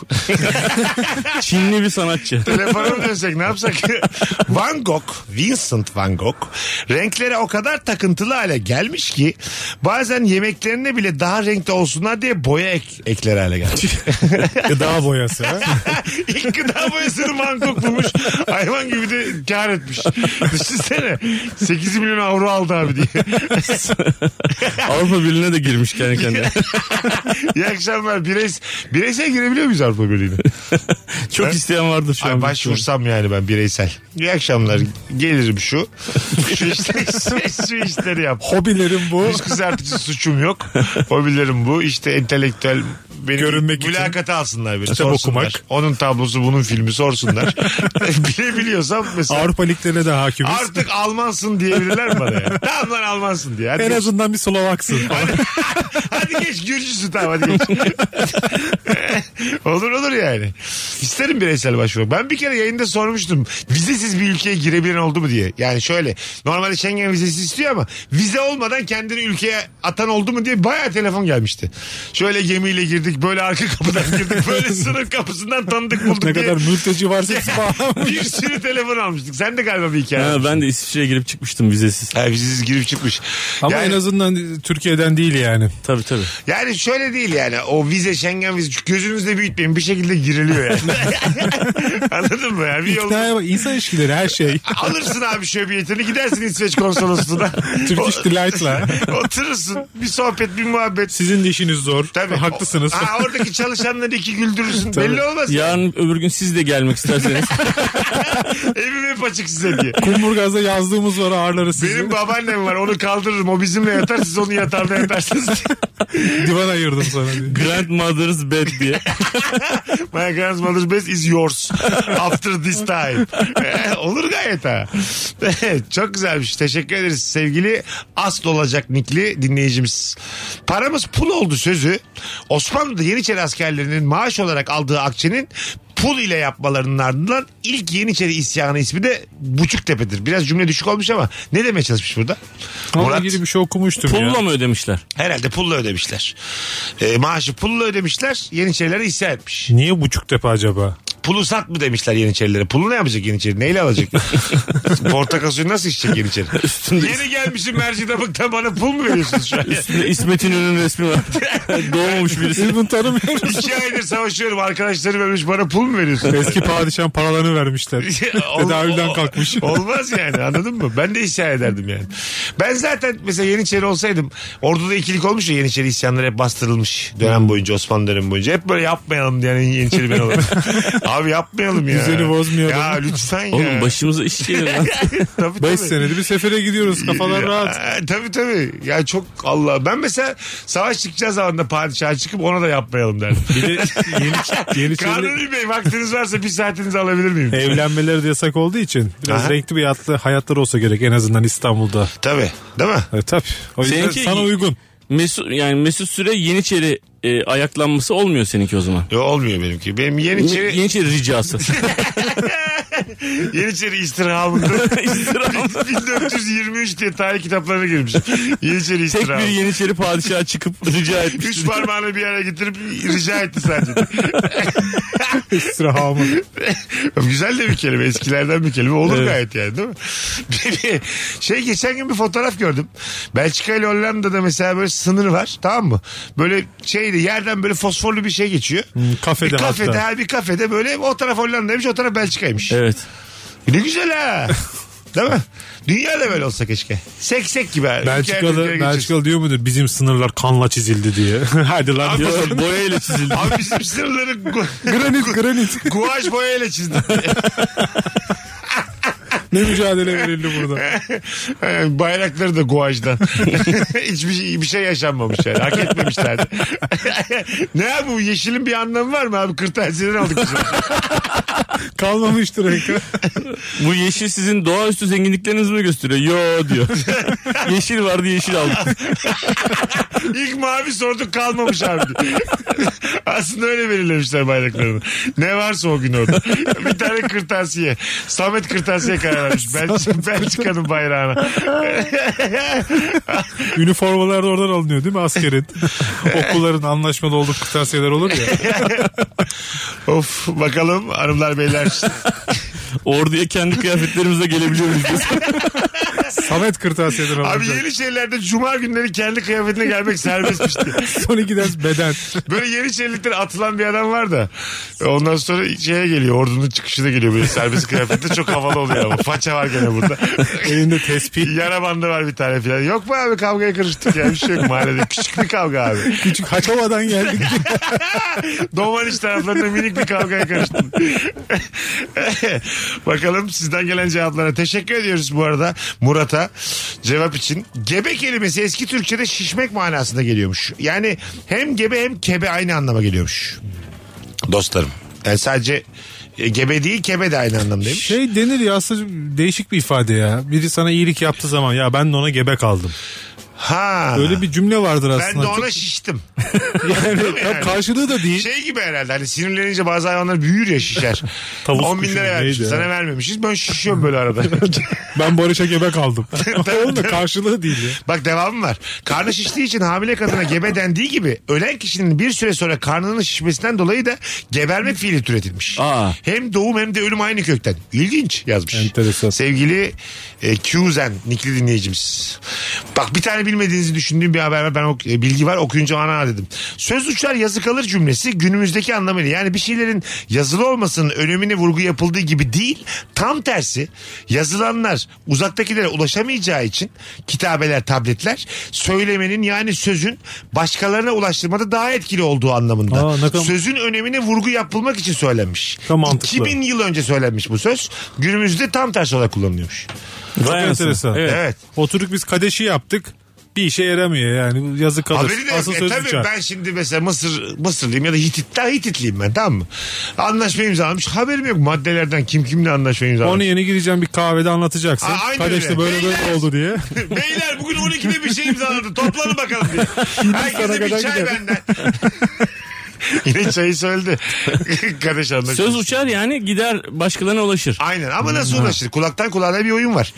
Çinli bir [laughs] sanatçı. Telefona mı dönsek ne yapsak? [laughs] Van Gogh, Vincent Van Gogh renklere o kadar takıntılı hale gelmiş ki bazen yemeklerine bile daha renkli olsunlar diye boya ek- ekler [laughs] hale gelmiş. Gıda boyası. ha? İlk gıda boyasını Van Gogh bulmuş. Hayvan gibi de kar etmiş. Düşünsene 8 milyon avro aldı abi diye. Avrupa Birliği'ne de girmiş kendi [laughs] kendine. [laughs] İyi akşamlar. Bireys, bireysel girebiliyor muyuz Avrupa Birliği'ne? Çok isteyen vardır şu Ay an. başvursam yani ben bireysel. İyi akşamlar. Gelirim şu. Şu, işte, [laughs] şu işleri yap. Hobilerim bu. Yüz kızartıcı [laughs] suçum yok. Hobilerim bu. İşte entelektüel beni Görünmek için. mülakata alsınlar beni. Kitap sorsunlar. okumak. Onun tablosu bunun [laughs] filmi sorsunlar. [laughs] Bilebiliyorsam mesela Avrupa liglerine de hakimiz. artık Almansın diyebilirler mi bana yani. Tamam lan Almansın diye. Hadi En geç. azından bir [laughs] Slovaksın. Hadi geç Gürcüsü tamam [laughs] hadi geç. olur olur yani. İsterim bireysel başvuru. Ben bir kere yayında sormuştum. Vizesiz bir ülkeye girebilen oldu mu diye. Yani şöyle. Normalde Schengen vizesi istiyor ama vize olmadan kendini ülkeye atan oldu mu diye bayağı telefon gelmişti. Şöyle gemiyle girdik böyle arka kapıdan [laughs] girdik böyle sınır kapısından tanıdık bulduk ne diye. kadar mülteci varsa hepsi bağlanmış. [laughs] bir sürü telefon almıştık. Sen de galiba bir hikaye. Ha, ben de İsviçre'ye girip çıkmıştım vizesiz. Ha, vizesiz girip çıkmış. Ama Yani- en azından Türkiye'den değil yani. Tabii tabii. Yani şöyle değil yani o vize Schengen vize gözünüzde büyütmeyin bir şekilde giriliyor yani. [laughs] Anladın mı? Yani bir yol- İkna, insan ilişkileri her şey. Alırsın abi şöbiyetini gidersin [laughs] İsveç konsolosluğuna. [laughs] Turkish Delight'la. Oturursun bir sohbet bir muhabbet. Sizin de işiniz zor. Tabii. Haklısınız. O- Ha, oradaki çalışanları iki güldürürsün. Belli olmaz. Yarın öbür gün siz de gelmek isterseniz. Evim hep açık size [laughs] diye. Kumburgaz'da yazdığımız var ağırları sizi. Benim babaannem var onu kaldırırım. O bizimle yatar siz onu yatarda yatarsınız diye. Divan ayırdım sana diye. Grandmother's bed diye. [laughs] My grandmother's best is yours after this time. [laughs] Eh, Olur gayet ha. Çok güzelmiş. Teşekkür ederiz sevgili asıl olacak nikli dinleyicimiz. Paramız pul oldu sözü Osmanlı'da Yeniçeri askerlerinin maaş olarak aldığı akçenin pul ile yapmalarının ardından ilk Yeniçeri isyanı ismi de Buçuktepe'dir. Biraz cümle düşük olmuş ama ne demeye çalışmış burada? Onunla Murat? ilgili bir şey okumuştum ya. Pulla mı ödemişler? Herhalde pulla ödemişler. E, maaşı pulla ödemişler. Yeniçerilere isyan etmiş. Niye buçuk tepe acaba? Pulu sat mı demişler Yeniçerilere. Pulu ne yapacak Yeniçeri? Neyle alacak? Portakal suyu nasıl içecek Yeniçeri? Yeni gelmişim Mercidabık'tan bana pul mu veriyorsunuz şu an? Üstünde İsmet İnönü'nün resmi var. [laughs] Doğmamış birisi. Bunu tanımıyorum. İki aydır savaşıyorum. Arkadaşlarım ölmüş bana pul mu veriyorsunuz? Eski padişahın paralarını [laughs] vermişler. Ol- Tedavülden kalkmış. Olmaz yani anladın mı? Ben de isyan ederdim yani. Ben zaten mesela Yeniçeri olsaydım orduda ikilik olmuş ya Yeniçeri isyanları hep bastırılmış dönem boyunca Osmanlı dönemi boyunca. Hep böyle yapmayalım diye yani Yeniçeri ben olalım. Abi yapmayalım ya. Düzeni bozmayalım. Ya lütfen ya. Oğlum başımıza iş gelir lan. [laughs] Tabii, 5 tabii. senedir bir sefere gidiyoruz kafalar Ya, rahat. e, Tabii tabii. Ya çok Allah. Ben mesela savaş çıkacağı zaman da padişaha çıkıp ona da yapmayalım derdim. Bir de [laughs] yeni, E- yeni Kanuni Bey vaktiniz varsa bir saatinizi alabilir miyim? Evlenmeleri de yasak olduğu için biraz Aha. renkli bir hayatlı hayatları olsa gerek en azından İstanbul'da. Tabii. Değil mi? Evet tabii. O yüzden Seninki- sana uygun. Mesut, yani Mesut Süre Yeniçeri e, ayaklanması olmuyor seninki o zaman. Yo, olmuyor benimki. Benim Yeniçeri, Yeniçeri, ricası. Yeniçeri istirahamında [laughs] İstirham. 1423 diye tarih kitaplarına girmiş. Yeniçeri Tek istirahamı. bir Yeniçeri padişaha çıkıp rica etmiş. Üç parmağını bir yere getirip rica etti sadece. İstirhamı. Güzel de bir kelime. Eskilerden bir kelime. Olur gayet yani değil mi? [laughs] Bir- bir- şey geçen gün bir fotoğraf gördüm. Belçika ile Hollanda'da mesela böyle sınır var. Tamam mı? Böyle şeyde yerden böyle fosforlu bir şey geçiyor. Hmm, kafede bir kafede, hatta. ha, bir kafede böyle o taraf Hollanda'ymış o taraf Belçika'ymış. E, Evet. Ne [laughs] güzel ha. Değil mi? Dünya da böyle olsa keşke. Seksek gibi. ha. [laughs] Ülke Belçikalı, ülkeye geçiyorsun. Belçikalı diyor muydu bizim sınırlar kanla çizildi diye. [laughs] Hadi lan. Abi- diyor. Boyayla çizildi. Abi bizim sınırları gu- [laughs] [laughs] granit granit. guaj boyayla çizdi. Ne mücadele verildi burada. Ee, Bayrakları da guajdan. [laughs] Hiçbir şey, bir şey yaşanmamış yani. Hak etmemişlerdi. [laughs] ne abi bu yeşilin bir anlamı var mı abi? Kırtasiyeden aldık biz onu. Kalmamıştır renk. Bu yeşil sizin doğaüstü zenginliklerinizi mi gösteriyor? Yo diyor. yeşil vardı yeşil aldık. İlk mavi sorduk kalmamış abi. [laughs] Aslında öyle belirlemişler bayraklarını. Ne varsa o gün orada. Bir tane kırtasiye. Samet kırtasiye karar vermiş. Belçika, Belçika'nın bayrağına. Üniformalar da oradan alınıyor değil mi [laughs] askerin? Okulların anlaşmalı olduğu kırtasiyeler olur ya. Of bakalım hanımlar beyler. Orduya kendi kıyafetlerimizle gelebiliyor muyuz? biz? Samet kırtasiyeler Abi alınacak. yeni şeylerde cuma günleri kendi kıyafetine gelmek serbestmiş diye. Son iki ders beden. Böyle yeni çelikten atılan bir adam var da. Ondan sonra şeye geliyor. Ordunun çıkışı da geliyor böyle serbest kıyafette. Çok havalı oluyor ama. Faça var gene burada. Elinde tespih. Yara bandı var bir tane falan. Yok mu abi kavgaya karıştık ya. Bir şey yok mahallede. Küçük bir kavga abi. Küçük Haçova'dan geldik. Domaniç taraflarında minik bir kavgaya karıştım. [laughs] Bakalım sizden gelen cevaplara. Teşekkür ediyoruz bu arada Murat'a cevap için. Gebe kelimesi eski Türkçe'de şişmek manasında geliyormuş. Yani hem gebe hem kebe aynı anlama geliyormuş. Dostlarım. Yani sadece e, gebe değil kebe de aynı anlamdaymış. Şey denir ya aslında değişik bir ifade ya. Biri sana iyilik yaptığı zaman ya ben de ona gebe kaldım. ha. Öyle bir cümle vardır aslında. [laughs] ben de ona Çok- şiştim. yani, Değil mi tam yani? karşılığı da değil. Şey gibi herhalde hani sinirlenince bazı hayvanlar büyür ya şişer. Tavus 10 bin kuşu mu, lira neydi vermişim ya? sana vermemişiz ben şişiyorum böyle [laughs] arada. Ben Barış'a gebe [laughs] kaldım. Onun da karşılığı değil ya. Bak devamı var. Karnı şiştiği için hamile kadına gebe dendiği gibi ölen kişinin bir süre sonra karnının şişmesinden dolayı da gebermek fiili türetilmiş. Aa. Hem doğum hem de ölüm aynı kökten. İlginç yazmış. Enteresan. Sevgili e, Qzen nikli dinleyicimiz. Bak bir tane bilmediğinizi düşündüğüm bir haber var. Ben ok- e, bilgi var okuyunca ana dedim. Söz uçar yazı kalır cümlesi günümüzdeki anlamıyla. Yani bir şeylerin yazılı olmasının önemine vurgu yapıldığı gibi değil. Tam tersi yazılanlar uzaktakilere ulaşamayacağı için kitabeler, tabletler söylemenin yani sözün başkalarına ulaştırmada daha etkili olduğu anlamında. Aa, ne kadar- Sözün önemine vurgu yapılmak için söylenmiş. Çok mantıklı. 2000 yıl önce söylenmiş bu söz. Günümüzde tam tersi olarak kullanılıyormuş. Çok Vay anasını. enteresan. Evet. Evet. Oturduk biz kadeşi yaptık. Bir işe yaramıyor yani. Yazı kalır. Haberi de yok. Asıl E söz tabii uçar. ben şimdi mesela Mısır Mısırlıyım ya da Hitit, daha Hititliyim ben tamam mı? Anlaşma imzalamış. Haberim yok maddelerden kim kimle anlaşma Onu imzalamış. yeni gireceğim bir kahvede anlatacaksın. Aa, aynen Kadeş de öyle. böyle Beyler! böyle oldu diye. [laughs] Beyler bugün 12'de bir şey imzaladı. Toplanın bakalım [laughs] diye. Herkese Sana bir kadar çay gider. benden. [laughs] Yine çayı söyledi. [laughs] Kardeş anlaşıldı. Söz uçar yani gider başkalarına ulaşır. Aynen ama nasıl ulaşır? Kulaktan kulağına bir oyun var.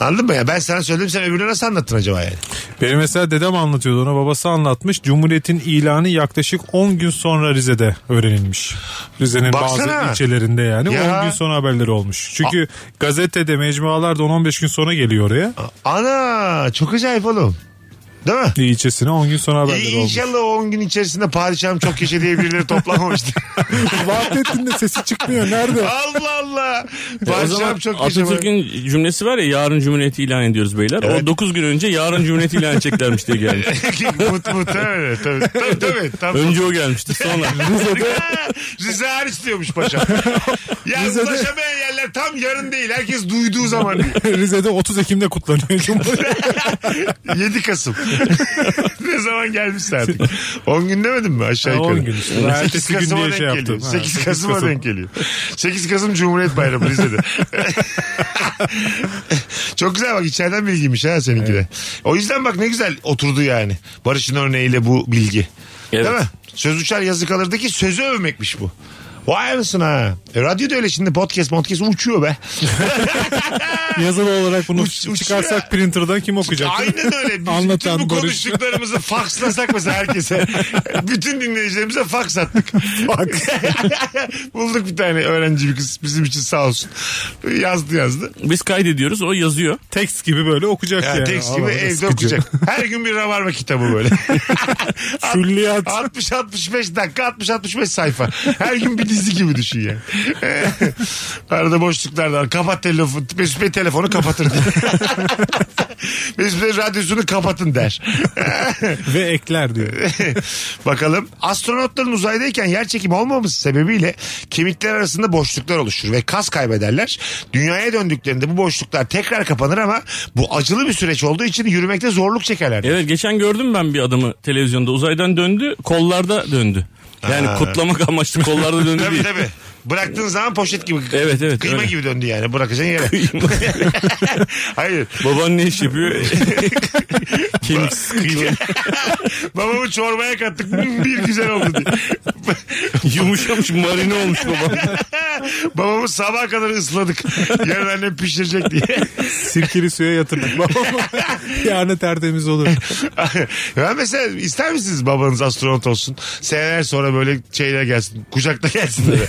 Anladın mı ya? Ben sana söyledim sen öbürüne nasıl anlattın acaba yani? Benim mesela dedem anlatıyordu ona babası anlatmış. Cumhuriyet'in ilanı yaklaşık 10 gün sonra Rize'de öğrenilmiş. Rize'nin Baksana. bazı ilçelerinde yani Ya. 10 gün sonra haberleri olmuş. Çünkü gazetede mecmualarda 10-15 gün sonra geliyor oraya. Ah. Ana çok acayip oğlum. Değil mi? İlçesine 10 gün sonra haberleri İyi, olmuş. İnşallah o 10 gün içerisinde padişahım çok yaşa diye birileri toplanmamıştı. [laughs] Vahdettin de sesi çıkmıyor nerede? [laughs] Allah Allah. E, o Padişahım zaman çok şey yaşa. Atatürk'ün cümlesi var ya yarın cumhuriyeti ilan ediyoruz beyler. O 9 gün önce yarın cumhuriyeti ilan edeceklermiş diye [laughs] gelmiş. mut mut öyle tabii tabii tabii. Tam- Önce o gelmişti sonra. [laughs] Ha, Rize hariç [laughs] diyormuş paşa. Ya ulaşamayan yerler tam yarın değil. Herkes duyduğu zaman diyor. Rize'de 30 Ekim'de kutlanıyor Cumhuriyet. [laughs] 7 Kasım. ne zaman gelmişse artık. 10 gün demedim mi aşağı Ha, yukarı? 10 gün işte. Ben ertesi 8 gün Kasım'a diye denk şey yaptım. geliyor. Ha, 8 8 Kasım'a Kasım. denk geliyor. 8 Kasım Cumhuriyet Bayramı Rize'de. [laughs] Çok güzel bak içeriden bilgiymiş ha seninki de. O yüzden bak ne güzel oturdu yani. Barış'ın örneğiyle bu bilgi. Evet. Değil mi? Söz uçar yazı kalırdı ki sözü övmekmiş bu. Vay mısın ha? E, radyo da öyle şimdi podcast podcast uçuyor be. Yazılı olarak bunu Uç- uçuyor. çıkarsak printer'dan kim okuyacak? Aynen öyle. Biz Anlatan bütün bu Barış. konuştuklarımızı fakslasak mesela [laughs] herkese. bütün dinleyicilerimize faks attık. [laughs] Bulduk bir tane öğrenci bir kız bizim için sağ olsun. Yazdı yazdı. Biz kaydediyoruz o yazıyor. Text gibi böyle okuyacak Ya, yani. tekst Allah gibi Allah, evde sıkıcı. okuyacak. Her gün bir rabarba kitabı [laughs] böyle. Külliyat. 60-65 dakika 60-65 sayfa. Her gün bir dizi gibi [laughs] düşün ya. Arada boşluklar da var. Kapat telefonu. Mesut Bey telefonu [laughs] kapatır diye. Mesut Bey radyosunu [laughs] kapatın der. Ve ekler diyor. [laughs] Bakalım astronotların uzaydayken yer çekimi olmaması sebebiyle kemikler arasında boşluklar oluşur ve kas kaybederler. Dünyaya döndüklerinde bu boşluklar tekrar kapanır ama bu acılı bir süreç olduğu için yürümekte zorluk çekerler. Evet geçen gördüm ben bir adamı televizyonda uzaydan döndü kollarda döndü. Yani Ha. kutlamak amaçlı kollarda döndü Tabii değil. tabii. Bıraktığın zaman poşet gibi. Evet, evet, Kıyma öyle. gibi döndü yani. Bırakacaksın yere. [laughs] Hayır. Baban ne iş [laughs] yapıyor? Kemiksiz kıyma. Babamı çorbaya kattık. Hmm, Bir güzel oldu diye. [laughs] Yumuşamış marine olmuş baban. Babamı sabaha kadar ısladık. Yarın annem pişirecek diye. Sirkeli suya yatırdık [laughs] babamı. Yarın tertemiz olur. ben mesela ister misiniz babanız astronot olsun? Seneler sonra böyle şeyler gelsin. Kucakta gelsin [laughs] böyle.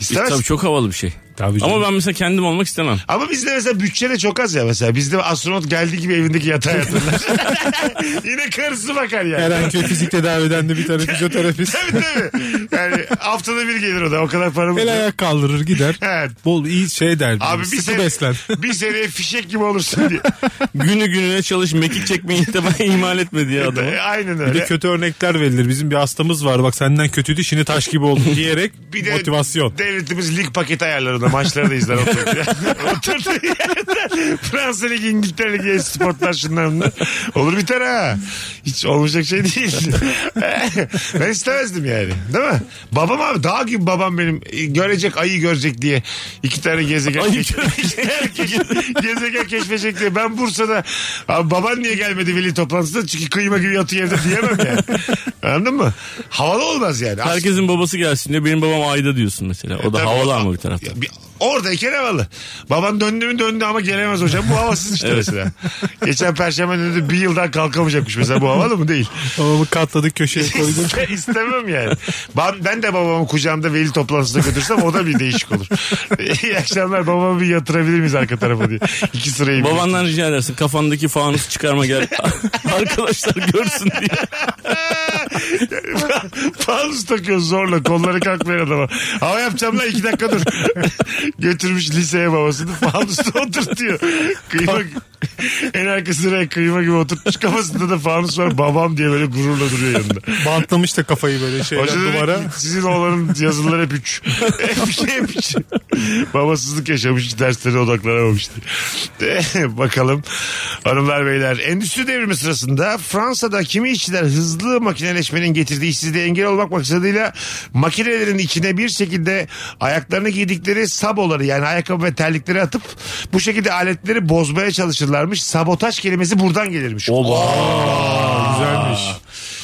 İstemez. Tabii çok havalı bir şey. Tabii canım. Ama ben mesela kendim olmak istemem. Ama bizde mesela bütçe de çok az ya mesela. Bizde astronot geldiği gibi evindeki [laughs] yatağa yatırlar. Yine karısı bakar yani. Herhangi bir fizik tedaviden de bir tane fizyoterapist. [laughs] Tabii tabii. Yani haftada bir gelir o da. O kadar paramız El yok. ayak kaldırır gider. Evet. Bol iyi şey der. Abi bir Sıkı sene, beslen. bir seneye fişek gibi olursun diye. Günü gününe çalış mekik çekmeyi ihtimal [laughs] ihmal etme diye adama. E, Aynen Bir öyle. de kötü örnekler verilir. Bizim bir hastamız var bak senden kötüydü şimdi taş gibi [laughs] oldun diyerek Bir de [laughs] motivasyon. devletimiz lig paketi ayarlarında maçları da izler oturdu. oturdu yerde. Fransa Ligi, İngiltere Ligi, Esportlar şunlar bunlar. Olur biter ha. Hiç olmayacak şey değil. [laughs] ben istemezdim yani. Değil mi? Babam abi daha gün babam benim e, görecek ayı görecek diye iki tane gezegen Ayı keşfe- [laughs] gezegen keşfedecek diye. Ben Bursa'da abi baban niye gelmedi veli toplantısına çünkü kıyma gibi yatıyor evde diyemem yani. Anladın mı? Havalı olmaz yani. Herkesin babası gelsin diyor. Benim babam ayda diyorsun mesela. O da Tabii. havalı ama bir taraftan. Ya bir- Oradayken havalı. Baban döndü mü döndü ama gelemez hocam. Bu havasız [laughs] işte mesela. Geçen perşembe dedi bir yıldan kalkamayacakmış mesela. Bu havalı [laughs] mı? Değil. Ama bu katladık köşeye koydum. İste- İstemem yani. Ben, ben de babamı kucağımda veli toplantısına götürsem o da bir değişik olur. [laughs] İyi akşamlar babamı bir yatırabilir miyiz arka tarafa diye. İki sırayı bir- Babandan rica edersin kafandaki fanusu çıkarma gel. [laughs] Arkadaşlar görsün diye. [laughs] Fanus takıyor zorla kolları kalkmayan adama. Hava yapacağım lan iki dakika dur. [laughs] Götürmüş liseye babasını fanusta oturtuyor. Kıyma, en arka sıraya kıyma gibi oturtmuş kafasında da fanus var babam diye böyle gururla duruyor yanında. Bantlamış da kafayı böyle şeyler Hoca dedi duvara. ki, sizin oğlanın yazıları hep üç. [laughs] hep iki hep üç. [laughs] Babasızlık yaşamış hiç derslere odaklanamamıştı. [laughs] Bakalım hanımlar beyler. Endüstri devrimi sırasında Fransa'da kimi işçiler hızlı makineleşmenin getirdiği işsizliğe engel olmak maksadıyla makinelerin içine bir şekilde ayaklarını giydikleri saboları yani ayakkabı ve terlikleri atıp bu şekilde aletleri bozmaya çalışırlarmış. Sabotaj kelimesi buradan gelirmiş. Güzelmiş.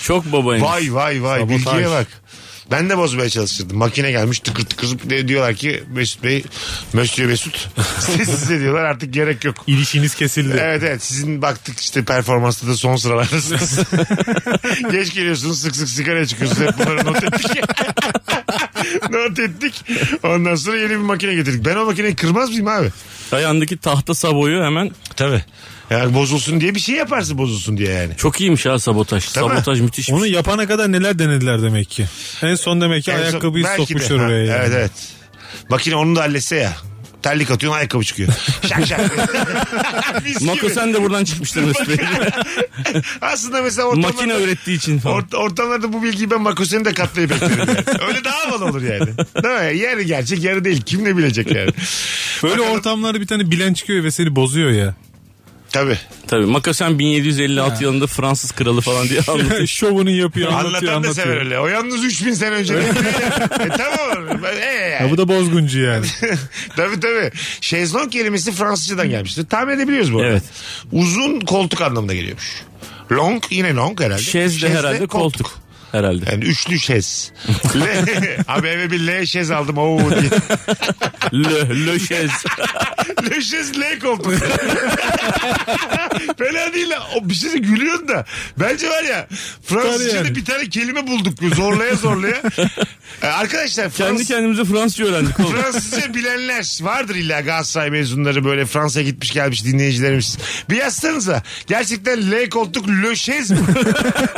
Çok babaymış. Vay vay vay Sabotaj. bilgiye bak. Ben de bozmaya çalışırdım. Makine gelmiş tıkır tıkır Ne diyorlar ki Mesut Bey, Mesut Mesut. [laughs] siz size diyorlar artık gerek yok. İlişiniz kesildi. Evet evet sizin baktık işte performansta da son sıralardasınız. Geç geliyorsunuz sık sık sigara çıkıyorsunuz. Hep bunları not ettik. not ettik. Ondan sonra yeni bir makine getirdik. Ben o makineyi kırmaz mıyım abi? Ayağındaki tahta saboyu hemen Tabii. Yani bozulsun diye bir şey yaparsın bozulsun diye yani. çok iyiymiş ha sabotaj. Değil mi? sabotaj müthiş. şey. Onu yapana kadar neler denediler demek ki. En son demek ki En son- ayakkabıyı belki sokmuş de. oraya. Ha, yani. Evet evet. Makine onu da halletse ya. Terlik atıyorsun [laughs] ayakkabı çıkıyor. Şak şak. Mis gibi. Makosen de buradan çıkmıştır Mesut Bey. Aslında mesela ortamlarda, Makine öğrettiği için falan. Ort- ortamlarda bu bilgiyi ben Makosen'i de katlayıp [laughs] beklerim. yani. Öyle daha havalı olur yani. Değil mi? Yarı gerçek yarı değil. Kim ne bilecek yani. Böyle ortamlarda bir tane bilen çıkıyor ve seni bozuyor ya. Tabii. Tabii Makasen 1756 yılında Fransız kralı falan diye anlatıyor. Şovunu yapıyor anlatıyor Anlatan da anlatıyor. sever öyle. O yalnız 3000 sene [laughs] önce. e, tamam. Ben- E, yani. Ya bu da bozguncu [laughs] yani. tabii tabii. Şezlong kelimesi Fransızcadan gelmiştir. Tahmin edebiliyoruz bu arada. Evet. Uzun koltuk anlamına geliyormuş. Long yine long herhalde. Şez de herhalde koltuk. Herhalde. Yani üçlü şez. Le- [laughs] Abi eve bir L şez aldım. Oo diye. [laughs] Le, le şez. L şez L koltuk. [laughs] Fena değil lan. O bir şeyse gülüyorsun da. Bence var ya Fransızca'da yani. bir tane kelime bulduk. [laughs] Zorlaya zorlaya. Ee, arkadaşlar Kendi Frans- kendimize Fransızca öğrendik [laughs] oğlum. Fransızca bilenler vardır illa Galatasaray mezunları böyle Fransa'ya gitmiş gelmiş dinleyicilerimiz. Bir yazsanıza. Gerçekten L koltuk [laughs] löşez mi?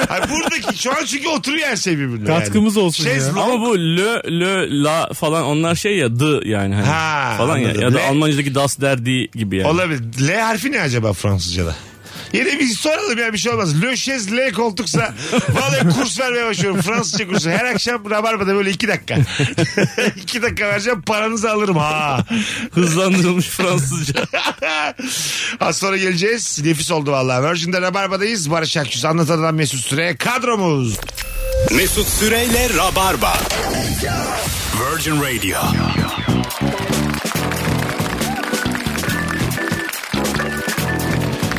Hayır, buradaki şu an çünkü oturuyor her şey birbirine. Katkımız olsun ya. Şezlong- Ama bu le, le, la falan onlar şey ya d yani. Hani Ha, falan ya. anladım. Ya da Le- Almanca'daki das derdi gibi yani. Olabilir. L harfi ne acaba Fransızca'da? Yine bir soralım ya bir şey olmaz. Le chaise, [laughs] L koltuksa vallahi kurs vermeye başlıyorum. Fransızca kursu. Her akşam Rabarba'da böyle iki dakika. [laughs] iki dakika vereceğim paranızı alırım ha. [laughs] Hızlandırılmış Fransızca. Az sonra geleceğiz. Nefis oldu vallahi. Virgin'de Rabarba'dayız. Barış Akçıs anlatan adam Mesut Süre kadromuz. Mesut Süreyle Rabarba. Virgin Radio.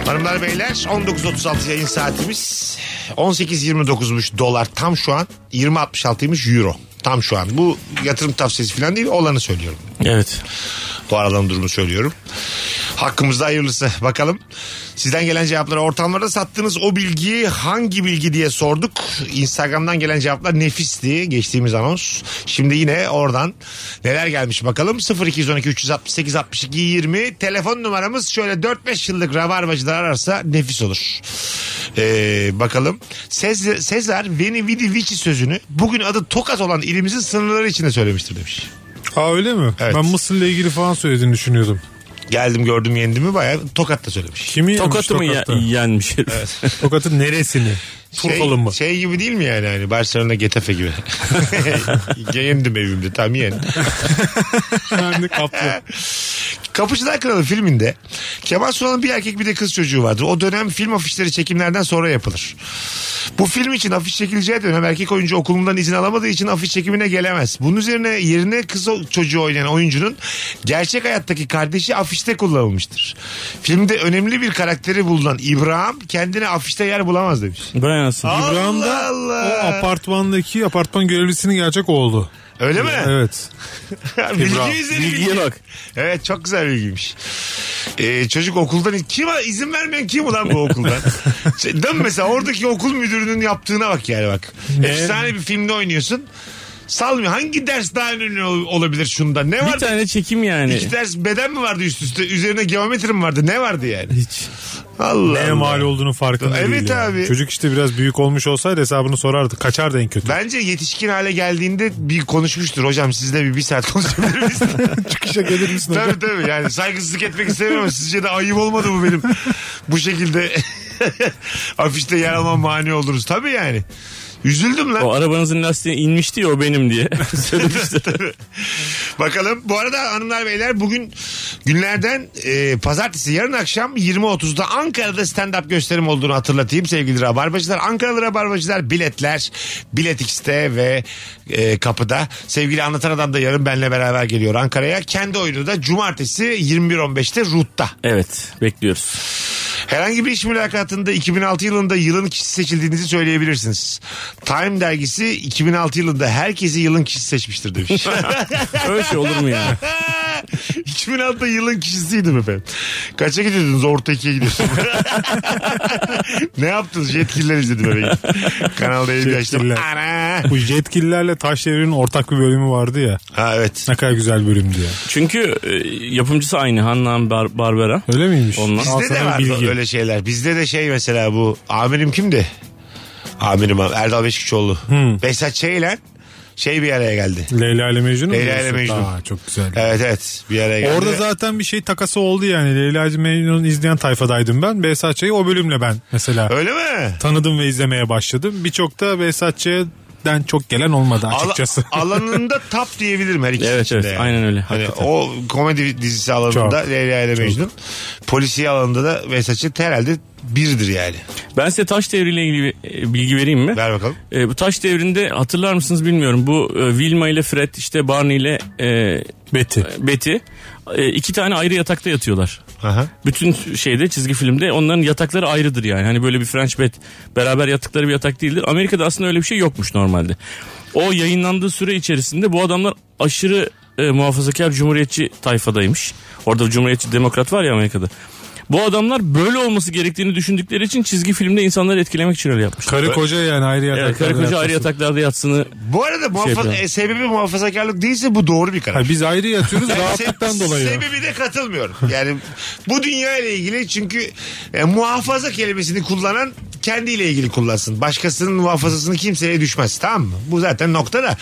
Hanımlar beyler 19.36 yayın saatimiz. 18.29'muş dolar tam şu an. 20.66'ymış euro tam şu an. Bu yatırım tavsiyesi falan değil olanı söylüyorum. evet. Bu aradan durumu söylüyorum. Hakkımızda hayırlısı. Bakalım sizden gelen cevaplara ortamlarda sattığınız o bilgiyi hangi bilgi diye sorduk. Instagram'dan gelen cevaplar nefisti geçtiğimiz anons. Şimdi yine oradan neler gelmiş bakalım. 0212 368 62 20 telefon numaramız şöyle 4-5 yıllık ravarvacılar ararsa nefis olur. Ee, bakalım. Sez- Sezar Veni Vidi Vici sözünü bugün adı Tokat olan ilimizin sınırları içinde söylemiştir demiş. Aa öyle mi? Evet. Ben Mısır'la ilgili falan söylediğini düşünüyordum. Geldim gördüm yendimi bayağı Tokat da söylemiş. Kimi yemiş Tokat'ı mı ya- Tokat'ta? yenmiş herif? [laughs] Tokat'ın neresini? Turkalı mı? Şey, şey gibi değil mi yani hani Barcelona Getafe gibi. Yendim evimde tam yen. Yani kaplı. Kapıcılar Kralı filminde Kemal Sunal'ın bir erkek bir de kız çocuğu vardır. O dönem film afişleri çekimlerden sonra yapılır. Bu film için afiş çekileceği dönem erkek oyuncu okulundan izin alamadığı için afiş çekimine gelemez. Bunun üzerine yerine kız o- çocuğu oynayan oyuncunun gerçek hayattaki kardeşi afişte kullanılmıştır. Filmde önemli bir karakteri bulunan İbrahim kendine afişte yer bulamaz demiş. Brian nasıl? İbrahim de Allah Allah. o apartmandaki apartman görevlisinin gerçek oğlu. Öyle mi? Evet. [laughs] bilgi İbrahim. üzeri Bilgiye bilgi. bak. Evet çok güzel bilgiymiş. Ee, çocuk okuldan kim izin vermeyen kim ulan bu [laughs] okuldan? Ç- Değil mi mesela oradaki okul müdürünün yaptığına bak yani bak. Efsane bir filmde oynuyorsun. Salmıyor. Hangi ders daha önemli ol- olabilir şunda? Ne Bir vardı? tane çekim yani. İki ders beden mi vardı üst üste? Üzerine geometri mi vardı? Ne vardı yani? Hiç. Allah Neye Allah. mal olduğunu farkında Evet değil. yani. abi. Çocuk işte biraz büyük olmuş olsaydı hesabını sorardı. Kaçardı en kötü. Bence yetişkin hale geldiğinde bir konuşmuştur. Hocam sizle bir, bir saat konuşabilir miyiz? [laughs] Çıkışa gelir misin? hocam? Tabii tabii yani saygısızlık etmek istemiyorum ama sizce de ayıp olmadı mı benim bu şekilde [laughs] afişte yer almam mani oluruz. Tabii yani. Üzüldüm lan. O arabanızın lastiği inmişti ya o benim [laughs] diye. Söylemişti. Bakalım. Bu arada hanımlar beyler bugün günlerden e, pazartesi yarın akşam 20.30'da Ankara'da stand-up gösterim olduğunu hatırlatayım sevgili Rabarbacılar. Ankaralı Rabarbacılar biletler Bilet X'te ve e, kapıda. Sevgili Anlatan Adam da yarın benle beraber geliyor Ankara'ya. Kendi oyunu da cumartesi 21.15'te Rut'ta. evet bekliyoruz. Herhangi bir iş mülakatında 2006 yılında yılın kişisi seçildiğinizi söyleyebilirsiniz. Time dergisi 2006 yılında herkesi yılın kişisi seçmiştir demiş. Öyle şey olur mu ya? [laughs] 2006'da yılın kişisiydim efendim. Kaça gidiyordunuz? Orta ikiye gidiyorsunuz. [laughs] ne yaptınız? Yetkililer izledim eve gidip. Kanalda yayın açtım. Yetkililer. Ana. Bu yetkililerle taş devrin ortak bir bölümü vardı ya. Ha evet. Ne kadar güzel bölümdü ya. Çünkü e, yapımcısı aynı Hanna Bar- Barbera. Öyle miymiş? Onlar. Al Bizde de sana var bilgi. öyle şeyler. Bizde de şey mesela bu amirim kimdi? Amirim abi, Erdal Beşikçioğlu. Hmm. Behzat Ç'yle şey bir araya geldi. Leyla ile Mecnun mu Leyla ile diyorsun? Mecnun. Aa, çok güzel. Evet evet bir araya geldi. Orada zaten bir şey takası oldu yani. Leyla ile Mecnun'u izleyen tayfadaydım ben. Behzat Ç'yi o bölümle ben mesela Öyle mi? tanıdım ve izlemeye başladım. Birçok da Behzat Ç'den çok gelen olmadı Ala- açıkçası. [laughs] alanında tap diyebilirim her ikisi Evet, içinde. evet, yani. aynen öyle, Hani hakikaten. o komedi dizisi alanında Çok. Leyla ile Mecnun. Polisiye alanında da Vesatçı herhalde birdir yani. Ben size taş devriyle ilgili e, bilgi vereyim mi? Ver bakalım. E, bu taş devrinde hatırlar mısınız bilmiyorum. Bu e, Wilma ile Fred işte Barney ile e, Beti. Betty e, iki tane ayrı yatakta yatıyorlar. Aha. Bütün şeyde çizgi filmde onların yatakları ayrıdır yani. Hani böyle bir French bed beraber yattıkları bir yatak değildir. Amerika'da aslında öyle bir şey yokmuş normalde. O yayınlandığı süre içerisinde bu adamlar aşırı e, muhafazakar cumhuriyetçi tayfadaymış. Orada cumhuriyetçi demokrat var ya Amerika'da. Bu adamlar böyle olması gerektiğini düşündükleri için çizgi filmde insanları etkilemek için öyle yapmışlar. Karı koca yani ayrı yataklarda. Evet, karı koca ayrı yatıyorsun. yataklarda yatsını Bu şey arada muhafaza- yapalım. e, sebebi muhafazakarlık değilse bu doğru bir karar. Ha, biz ayrı [laughs] yatıyoruz Yani rahatlıktan se- dolayı. Sebebine katılmıyorum. Yani bu dünya ile ilgili çünkü e, muhafaza kelimesini kullanan kendiyle ilgili kullansın. Başkasının muhafazasını kimseye düşmez. Tamam mı? Bu zaten nokta da.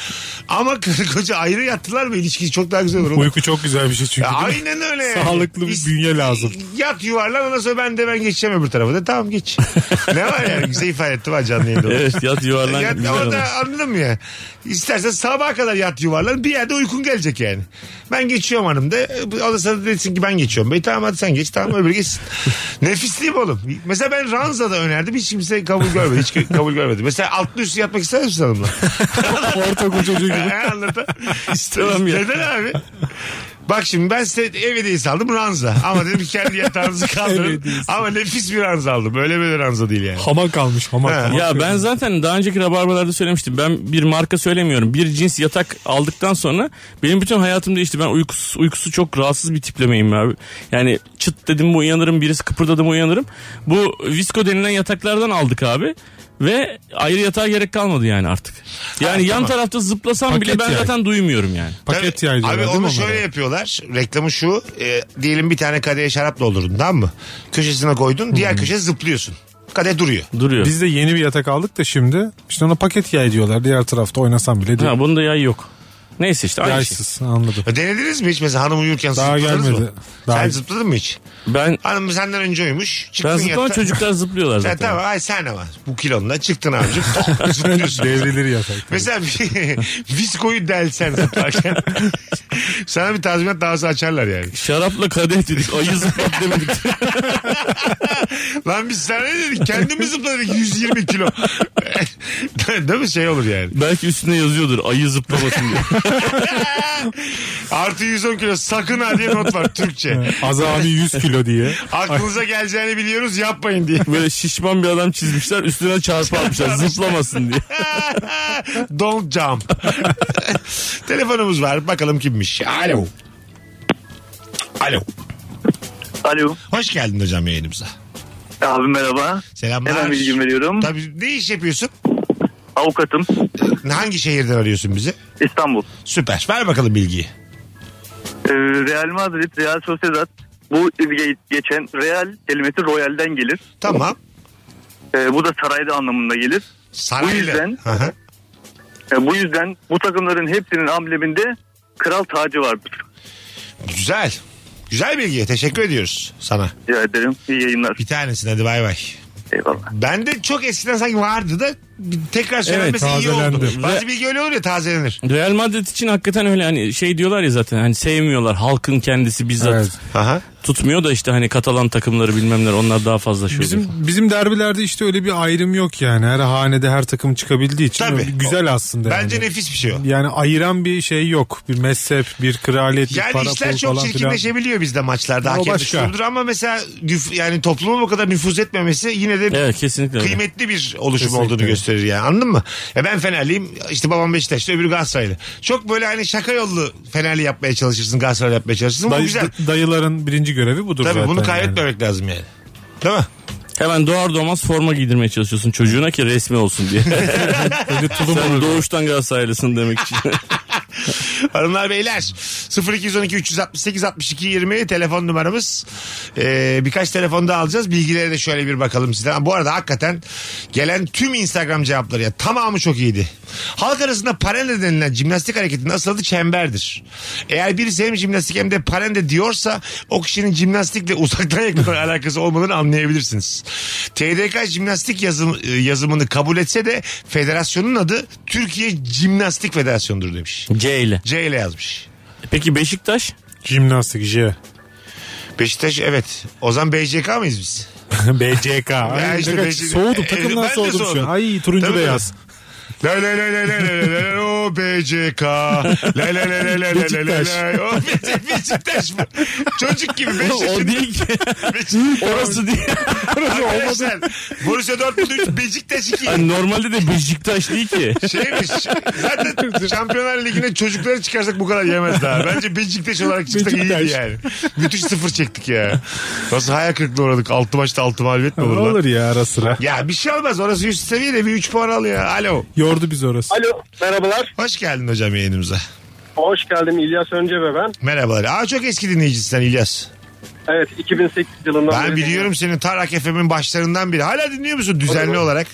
Ama karı koca ayrı yattılar mı ilişkisi çok daha güzel olur. oğlum. Uyku çok güzel bir şey çünkü. Ya değil mi? aynen öyle. yani. Sağlıklı bir İst- bünye lazım. Yat yuvarlan ondan sonra ben de ben geçeceğim öbür tarafa da. Tamam geç. [laughs] ne var yani güzel ifade ettim ha canlı yayında. Evet yat yuvarlan Yat güzel orada şey olur. anladın mı ya? İstersen sabaha kadar yat yuvarlan bir yerde uykun gelecek yani. Ben geçiyorum hanım de. O da sana desin ki ben geçiyorum. Bey tamam hadi sen geç tamam [laughs] öbürü geçsin. Nefis değil mi oğlum? Mesela ben Ranza'da önerdim hiç kimse kabul görmedi. Hiç kabul görmedi. Mesela altlı üstü yatmak ister misin hanımla? Ortaokul çocuğu gibi. He, anlatan. İstemem ya. Neden abi? Bak şimdi ben size ev hediyesi aldım ranza. Ama dedim ki kendi yatağınızı Ev kaldırın. hediyesi. Ama nefis bir ranza aldım. Öyle böyle ranza değil yani. Hamak almış hamak. Ha. hamak. Ya ben zaten daha önceki rabarbalarda söylemiştim. Ben bir marka söylemiyorum. Bir cins yatak aldıktan sonra benim bütün hayatım değişti. Ben uykusu, uykusu çok rahatsız bir tiplemeyim abi. Yani çıt dedim mi uyanırım. Birisi kıpırdadı mı uyanırım. Bu Visco denilen yataklardan aldık abi. Ve ayrı yatağa gerek kalmadı yani artık. Yani yan tarafta zıplasam bile Paket ben yani. zaten duymuyorum yani. Paket Tabii. yaylıyorlar Abi değil mi onu onlara? şöyle yapıyorlar. Reklamı şu. e, diyelim bir tane kadeye şarap doldurdun tamam mı? Köşesine koydun. Diğer köşeye zıplıyorsun. Kadeh duruyor. Duruyor. Biz de yeni bir yatak aldık da şimdi. İşte ona paket yay diyorlar. Diğer tarafta oynasam bile değil. Ha, bunda yay yok. Neyse işte aynı şey. Yaysız anladım. E, Denediniz mi hiç mesela hanım uyurken Daha zıpladınız gelmedi. mı? Daha- Sen zıpladın mı hiç? şey. Ben Hanım senden önce uyumuş. Çıktın ben zıplayan yataktan- çocuklar zıplıyorlar [laughs] Ya, zaten. tamam ay sen ama bu kilonla çıktın abicim. Zıplıyorsun. Devrilir [laughs] yatak. Mesela bir- [laughs] viskoyu delsen zıplarken sana bir tazminat davası açarlar yani. Şarapla kadeh [laughs] dedik. Ayı zıplat demedik. Lan biz sana ne dedik? Kendimiz zıpladık 120 kilo. [laughs] Değil mi? Şey olur yani. Belki üstüne yazıyordur. Ayı zıplamasın diye. Artı 110 kilo sakın ha diye not var Türkçe. Azami 100 kilo diye. Aklınıza geleceğini biliyoruz yapmayın diye. Böyle şişman bir adam çizmişler. Üstüne çarpı [laughs] atmışlar. Zıplamasın diye. Don't jump. [laughs] Telefonumuz var. Bakalım kimmiş. Alo. Alo. Alo. Hoş geldin hocam yayınımıza. Abi merhaba. Selamlar. Hemen bilgi veriyorum. Tabii ne iş yapıyorsun? Avukatım Hangi şehirden arıyorsun bizi? İstanbul. Süper. Ver bakalım bilgiyi. Ee, Real Madrid, Real Sociedad. Bu ge- geçen Real kelimesi Royal'den gelir. Tamam. Ee, bu da sarayda anlamında gelir. Saraylı. Bu yüzden- Hı hı. Ee, bu yüzden bu takımların hepsinin ambleminde kral tacı vardır. Güzel. Güzel bilgi. Teşekkür ediyoruz sana. Rica ederim. İyi yayınlar. Bir tanesin hadi bay bay. Eyvallah. Ben de çok eskiden sanki vardı da tekrar söylenmesi iyi oldu. tazelendi. Bazı bilgi öyle olur ya tazelenir. Real Madrid için hakikaten öyle hani şey diyorlar ya zaten hani sevmiyorlar halkın kendisi bizzat Evet. Aha. tutmuyor da işte hani Katalan takımları bilmemler onlar daha fazla şey oluyor. Bizim bizim derbilerde işte öyle bir ayrım yok yani. Her hanede her takım çıkabildiği için Tabii. güzel aslında. Bence yani. nefis bir şey o. Yani ayıran bir şey yok. Bir mezhep, bir kraliyet, bir Yani para işler pul çok falan filan. çirkinleşebiliyor bizde maçlarda. Ya o Hakem başka. düşünüldür ama mesela nüf- yani toplumun bu kadar nüfuz etmemesi yine de Evet kesinlikle öyle. kıymetli bir oluşum Kesinlikle. olduğunu gösterir yani anladın mı? Ya ben Fenerliyim işte babam Beşiktaşlı öbürü Galatasaraylı. Çok böyle hani şaka yollu Fenerli yapmaya çalışırsın Galatasaraylı yapmaya çalışırsın bu Dayı- güzel. dayıların birinci görevi budur Tabii zaten. bunu yani. kaybetmemek lazım yani. Değil mi? Hemen doğar doğmaz forma giydirmeye çalışıyorsun çocuğuna ki resmi olsun [laughs] diye. Sen doğuştan Galatasaraylısın demek için. [laughs] Hanımlar beyler 0212 368 62 20 telefon numaramız. Ee, birkaç telefon daha alacağız. Bilgilere de şöyle bir bakalım sizden. Bu arada hakikaten gelen tüm Instagram cevapları ya tamamı çok iyiydi. Halk arasında parende denilen jimnastik hareketinin asıl adı çemberdir. Eğer birisi hem jimnastik hem de parende diyorsa o kişinin jimnastikle [laughs] uzaktan yakından alakası olmadığını anlayabilirsiniz. TDK jimnastik yazım, e, yazımını kabul etse de federasyonun adı Türkiye Jimnastik Federasyonu'dur demiş. [laughs] C ile. C ile yazmış. Peki Beşiktaş? Jimnastik J. [laughs] Beşiktaş evet. Ozan BCK mıyız biz? BCK. Ay, Ya ne işte kadar- BCK. [laughs] Soğudum E, takımdan ben de soğudum şu soğudum. an. Ay turuncu Tabii, beyaz. La la la la la la la la o BCK. La la la la la la la la Beşiktaş. la o Be- Beşiktaş mı? Çocuk gibi o Beşiktaş. değil ki. Beşiktaş. Orası değil. Arkadaşlar Borussia Dortmund 3 Beşiktaş 2. Yani normalde de Beşiktaş değil ki. Şeymiş. Zaten Şampiyonlar Ligi'ne çocukları çıkarsak bu kadar yemez daha. Bence Beşiktaş olarak çıksak iyiydi Beşiktaş. yani. Müthiş sıfır çektik ya. Nasıl hayal kırıklığı uğradık. Altı maçta altı mağlubiyet mi olur lan? Olur ya ara sıra. Ya bir şey olmaz. Orası üst seviye de bir 3 puan al ya. Alo. Yordu biz orası. Alo merhabalar. Hoş geldin hocam yayınımıza. Hoş geldim İlyas Önce ve ben. Merhabalar. Aa çok eski dinleyicisin sen İlyas. Evet 2008 yılından Ben beri- biliyorum senin Tarak FM'in başlarından biri. Hala dinliyor musun düzenli Tabii. olarak?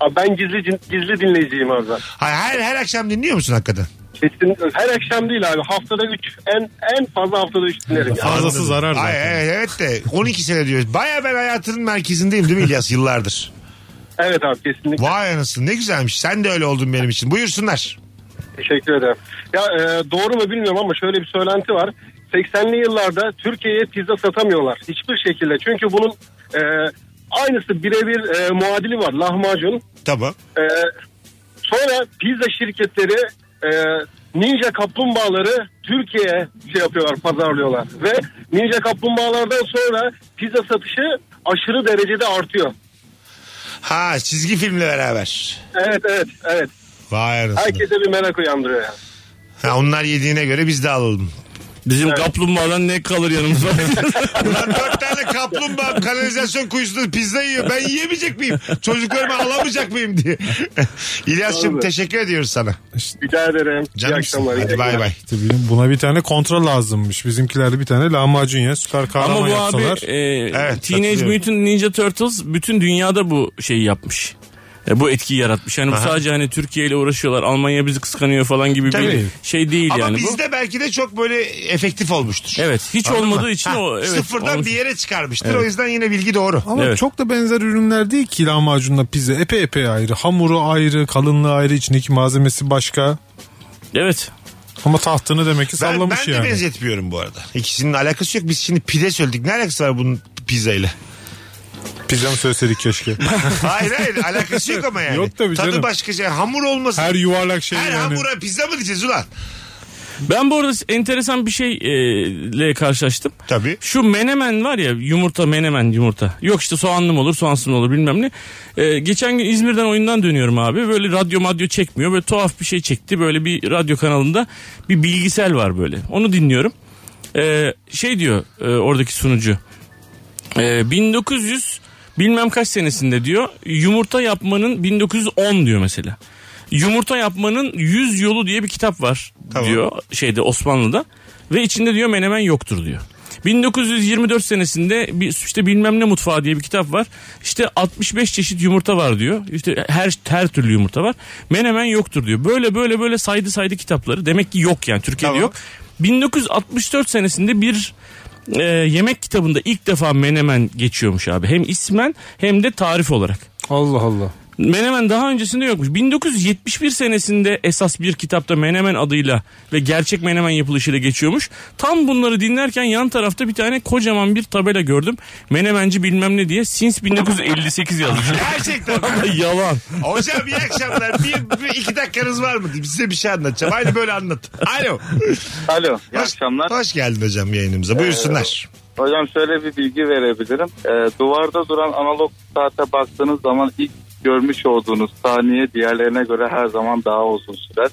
Abi ben gizli gizli dinleyiciyim abi ben. Ha, Her her akşam dinliyor musun hakikaten? Kesin, her akşam değil abi haftada 3 en en fazla haftada 3 dinlerim. ya. Fazlası zarar Ay, zaten. evet, evet de 12 sene diyoruz. Baya ben hayatının merkezindeyim değil mi İlyas yıllardır? Evet abi kesinlikle Vay anasını ne güzelmiş. Sen de öyle oldun benim için. Buyursunlar. teşekkür ederim. Ya e, doğru mu bilmiyorum ama şöyle bir söylenti var. 80'li yıllarda Türkiye'ye pizza satamıyorlar hiçbir şekilde. Çünkü bunun e, aynısı birebir e, muadili var lahmacun. Tamam. E, sonra pizza şirketleri e, ninja kaplumbağaları Türkiye'ye şey yapıyorlar, pazarlıyorlar. Ve ninja kaplumbağalardan sonra pizza satışı aşırı derecede artıyor. Ha çizgi filmle beraber. Evet, evet, evet. Vay anasını. Herkese bir merak uyandırıyor yani. Ha, onlar yediğine göre biz de alalım. Bizim kaplumbağadan ne kalır yanımızda? Lan dört tane kaplumbağa kanalizasyon kuyusunda pizza yiyor. Ben yiyemeyecek miyim? Çocuklarımı alamayacak mıyım diye. [laughs] İlyas'cığım Tabii. teşekkür ediyoruz sana. Rica ederim. İyi Canımsın. akşamlar. iyi Hadi bay yayınlar. bay. İşte benim buna bir tane kontra lazımmış. Bizimkilerde bir tane lahmacun ya süper kahraman Ama bu abi yapsalar. e, Evet, Teenage katılıyorum. Mutant Ninja Turtles bütün dünyada bu şeyi yapmış. e, bu etkiyi yaratmış. Yani bu sadece hani Türkiye ile uğraşıyorlar. Almanya bizi kıskanıyor falan gibi Tabii. bir şey değil Ama yani bu. bizde belki de çok böyle efektif olmuştur. Evet hiç Anladın olmadığı mı? için Ha, o evet, sıfırdan olmuş. bir yere çıkarmıştır. O yüzden yine bilgi doğru. Ama Evet. çok da benzer ürünler değil ki lahmacunla pizza. Epey epey ayrı. Hamuru ayrı, kalınlığı ayrı, içindeki malzemesi başka. Evet. Ama tahtını demek ki Ben, ben sallamış de yani. benzetmiyorum bu arada. İkisinin alakası yok. Biz şimdi pide söyledik. Ne alakası var bunun [laughs] pizzayla? Pizza mı söyleseydik keşke. hayır hayır alakası yok ama yani. Yok tabii Tadı canım. başka şey. Hamur olmasın. Her Her, yuvarlak şey yani. hamura pizza mı diyeceğiz ulan? Ben bu arada enteresan bir şeyle karşılaştım. Tabii. Şu menemen var ya yumurta menemen yumurta. Yok işte soğanlı mı olur soğansız mı olur bilmem ne. Ee, geçen gün İzmir'den oyundan dönüyorum abi. Böyle radyo madyo çekmiyor. Böyle tuhaf bir şey çekti. Böyle bir radyo kanalında bir bilgisel var böyle. Onu dinliyorum. Ee, şey diyor e, oradaki sunucu. Ee, 1900 bilmem kaç senesinde diyor yumurta yapmanın 1910 diyor mesela. Yumurta yapmanın 100 yolu diye bir kitap var Tamam. diyor şeyde Osmanlı'da ve içinde diyor menemen yoktur diyor. 1924 senesinde bir işte bilmem ne mutfağı diye bir kitap var. İşte 65 çeşit yumurta var diyor. İşte her her türlü yumurta var. Menemen yoktur diyor. Böyle böyle böyle saydı saydı kitapları. Demek ki yok yani Türkiye'de Tamam. yok. 1964 senesinde bir e, yemek kitabında ilk defa menemen geçiyormuş abi. Hem ismen hem de tarif olarak. Allah Allah. Menemen daha öncesinde yokmuş. 1971 senesinde esas bir kitapta Menemen adıyla ve gerçek Menemen yapılışıyla geçiyormuş. Tam bunları dinlerken yan tarafta bir tane kocaman bir tabela gördüm. Menemenci bilmem ne diye since 1958 yazmış. [laughs] Gerçekten. Yalan. Hocam iyi akşamlar. Bir, bir iki dakikanız var mı? diyeyim. Size bir şey anlatacağım. Aynı böyle anlat. Alo. Alo iyi Hoş- akşamlar. Ee, Hoş geldin hocam yayınımıza. Buyursunlar. Hocam şöyle bir bilgi verebilirim. Ee, duvarda duran analog saate baktığınız zaman ilk görmüş olduğunuz saniye diğerlerine göre her zaman daha uzun sürer.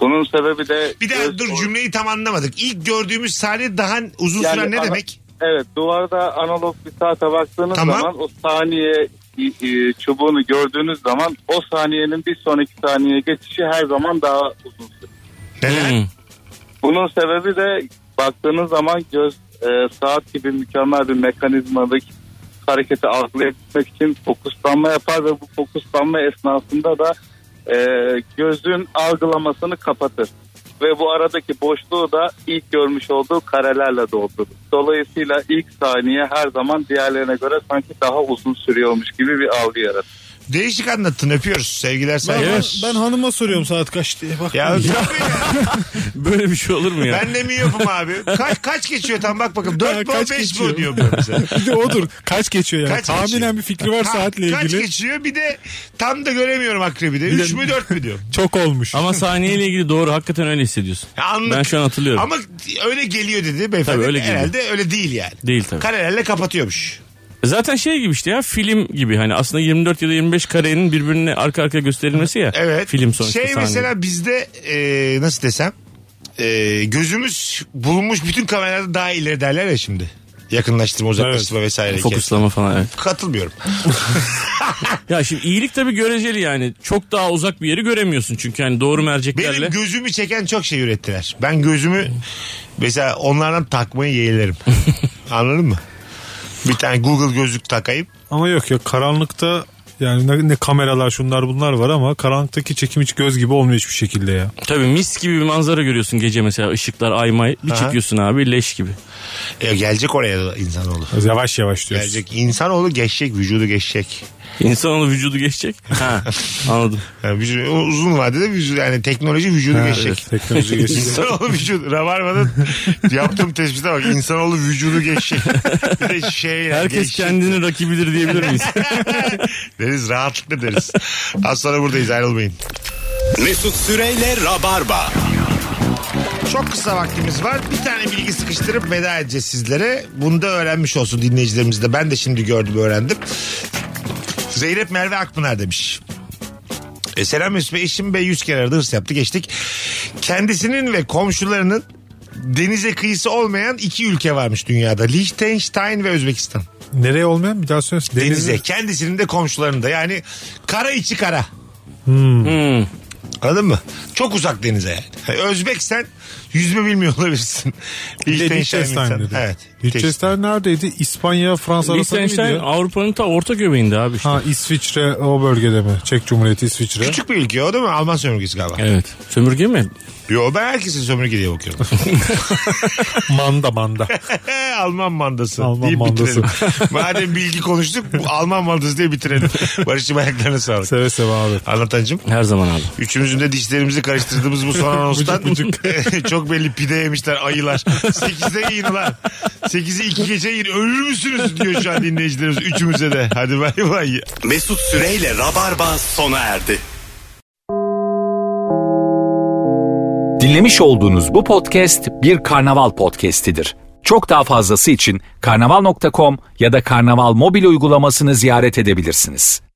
Bunun sebebi de... bir daha göz- dur cümleyi tam anlamadık. İlk gördüğümüz saniye daha uzun Yani süren ne ana- demek? Evet duvarda analog bir saate baktığınız Tamam. zaman o saniye i- i- çubuğunu gördüğünüz zaman o saniyenin bir sonraki saniyeye geçişi her zaman daha uzun sürer. Neden? Hmm. Bunun sebebi de baktığınız zaman göz e, saat gibi mükemmel bir mekanizmadaki hareketi algılayabilmek için fokuslanma yapar ve bu fokuslanma esnasında da e, gözün algılamasını kapatır. Ve bu aradaki boşluğu da ilk görmüş olduğu karelerle doldurur. Dolayısıyla ilk saniye her zaman diğerlerine göre sanki daha uzun sürüyormuş gibi bir algı yaratır. Değişik anlattın. Öpüyoruz. Sevgiler Ben, saygılar. ben hanıma soruyorum saat kaç diye. Bak. Ya, Böyle bir şey olur mu ya? ben de mi yapım abi? Kaç, kaç geçiyor tam bak bakalım. 4 mu kaç 5 mi geçiyor? diyor bu bize. [laughs] Bir de odur. Kaç geçiyor yani? Kaç Tahminen geçiyor? bir fikri var Ha, saatle Kaç ilgili. geçiyor bir de tam da göremiyorum akrebi de. 3 mü 4 mü diyor. Çok [laughs] olmuş. Ama sahneyle ilgili doğru hakikaten öyle hissediyorsun. Ya Anlık. Ben şu an hatırlıyorum. Ama öyle geliyor dedi beyefendi. Tabii öyle geliyor. Herhalde öyle değil yani. Değil tabii. Karelerle kapatıyormuş. Zaten şey gibi işte ya film gibi hani aslında 24 ya da 25 karenin birbirine arka arkaya gösterilmesi ya. Evet. Film sonuçta Şey sahne. mesela bizde e, nasıl desem e, gözümüz bulunmuş bütün kameralarda daha ileri derler ya şimdi. Yakınlaştırma, uzaklaştırma vesaire. Fokuslama falan evet. Katılmıyorum. Ya şimdi iyilik tabii göreceli yani. Çok daha uzak bir yeri göremiyorsun çünkü hani doğru Benim merceklerle. gözümü çeken çok şey ürettiler. Ben gözümü mesela onlardan [laughs] takmayı yeğlerim. Anladın mı? Bir tane Google gözlük takayım. Ama yok ya karanlıkta yani ne, ne kameralar şunlar bunlar var ama karanlıktaki çekim hiç göz gibi olmuyor hiçbir şekilde ya. tabii mis gibi bir manzara görüyorsun gece mesela ışıklar ay may. Bir Aha. çıkıyorsun abi leş gibi. E, gelecek oraya da insanoğlu. Yavaş yavaş diyorsun. Gelecek. İnsanoğlu geçecek, vücudu geçecek. İnsanoğlu vücudu geçecek. [laughs] ha anladım. Yani vücudu- uzun vadede vücudu, yani teknoloji vücudu Ha, geçecek. evet, teknoloji geçti. [laughs] İnsanoğlu [laughs] vücudu. Rabarba'da yaptığım tespite bak. İnsanoğlu vücudu geçecek. Bir de şey yani Herkes geçecek. kendini rakibidir diyebilir miyiz? [laughs] Deriz rahatlıkla deriz. Az sonra buradayız ayrılmayın. Mesut Süreyle Rabarba. Çok kısa vaktimiz var. Bir tane bilgi sıkıştırıp veda edeceğiz sizlere. Bunu da öğrenmiş olsun dinleyicilerimiz de. Ben de şimdi gördüm öğrendim. Zeynep Merve Akpınar demiş. E, selam Mesut Bey. Eşim Bey 100 kere aradı hırs yaptı geçtik. Kendisinin ve komşularının denize kıyısı olmayan iki ülke varmış dünyada. Liechtenstein ve Özbekistan. Nereye olmayan bir daha söylesin. Denize. Kendisinin de komşularının da. Yani kara içi kara. Hmm. Anladın mı? Çok uzak denize yani. Özbek sen yüzme bilmiyor olabilirsin. Liechtenstein Liechtenstein insan. dedi. Evet. Liechtenstein neredeydi? İspanya, Fransa arasında mıydı Liechtenstein ya? Avrupa'nın ta orta göbeğinde abi işte. Ha İsviçre o bölgede mi? Çek Cumhuriyeti İsviçre. [laughs] Küçük bir ülke o değil mi? Alman sömürgesi galiba. Evet. Sömürge mi? Yo ben herkesin sömürge diye [laughs] bakıyorum. [laughs] Manda manda. Alman mandası Alman deyip mandası. [laughs] bitirelim. Madem bilgi konuştuk bu Alman mandası diye bitirelim. Barış'ım ayaklarına sağlık. Seve seve abi. Anlatancım. Her zaman abi. Üçümüzün de dişlerimizi karıştırdığımız bu son anonstan [laughs] çok belli pide yemişler ayılar. Sekizde yiyin ulan. Sekizi iki gece yiyin. Ölür müsünüz diyor şu an dinleyicilerimiz. Üçümüze de. Hadi bay bay. Mesut Süreyle Rabarba sona erdi. Dinlemiş olduğunuz bu podcast bir karnaval podcastidir. Çok daha fazlası için karnaval.com ya da karnaval mobil uygulamasını ziyaret edebilirsiniz.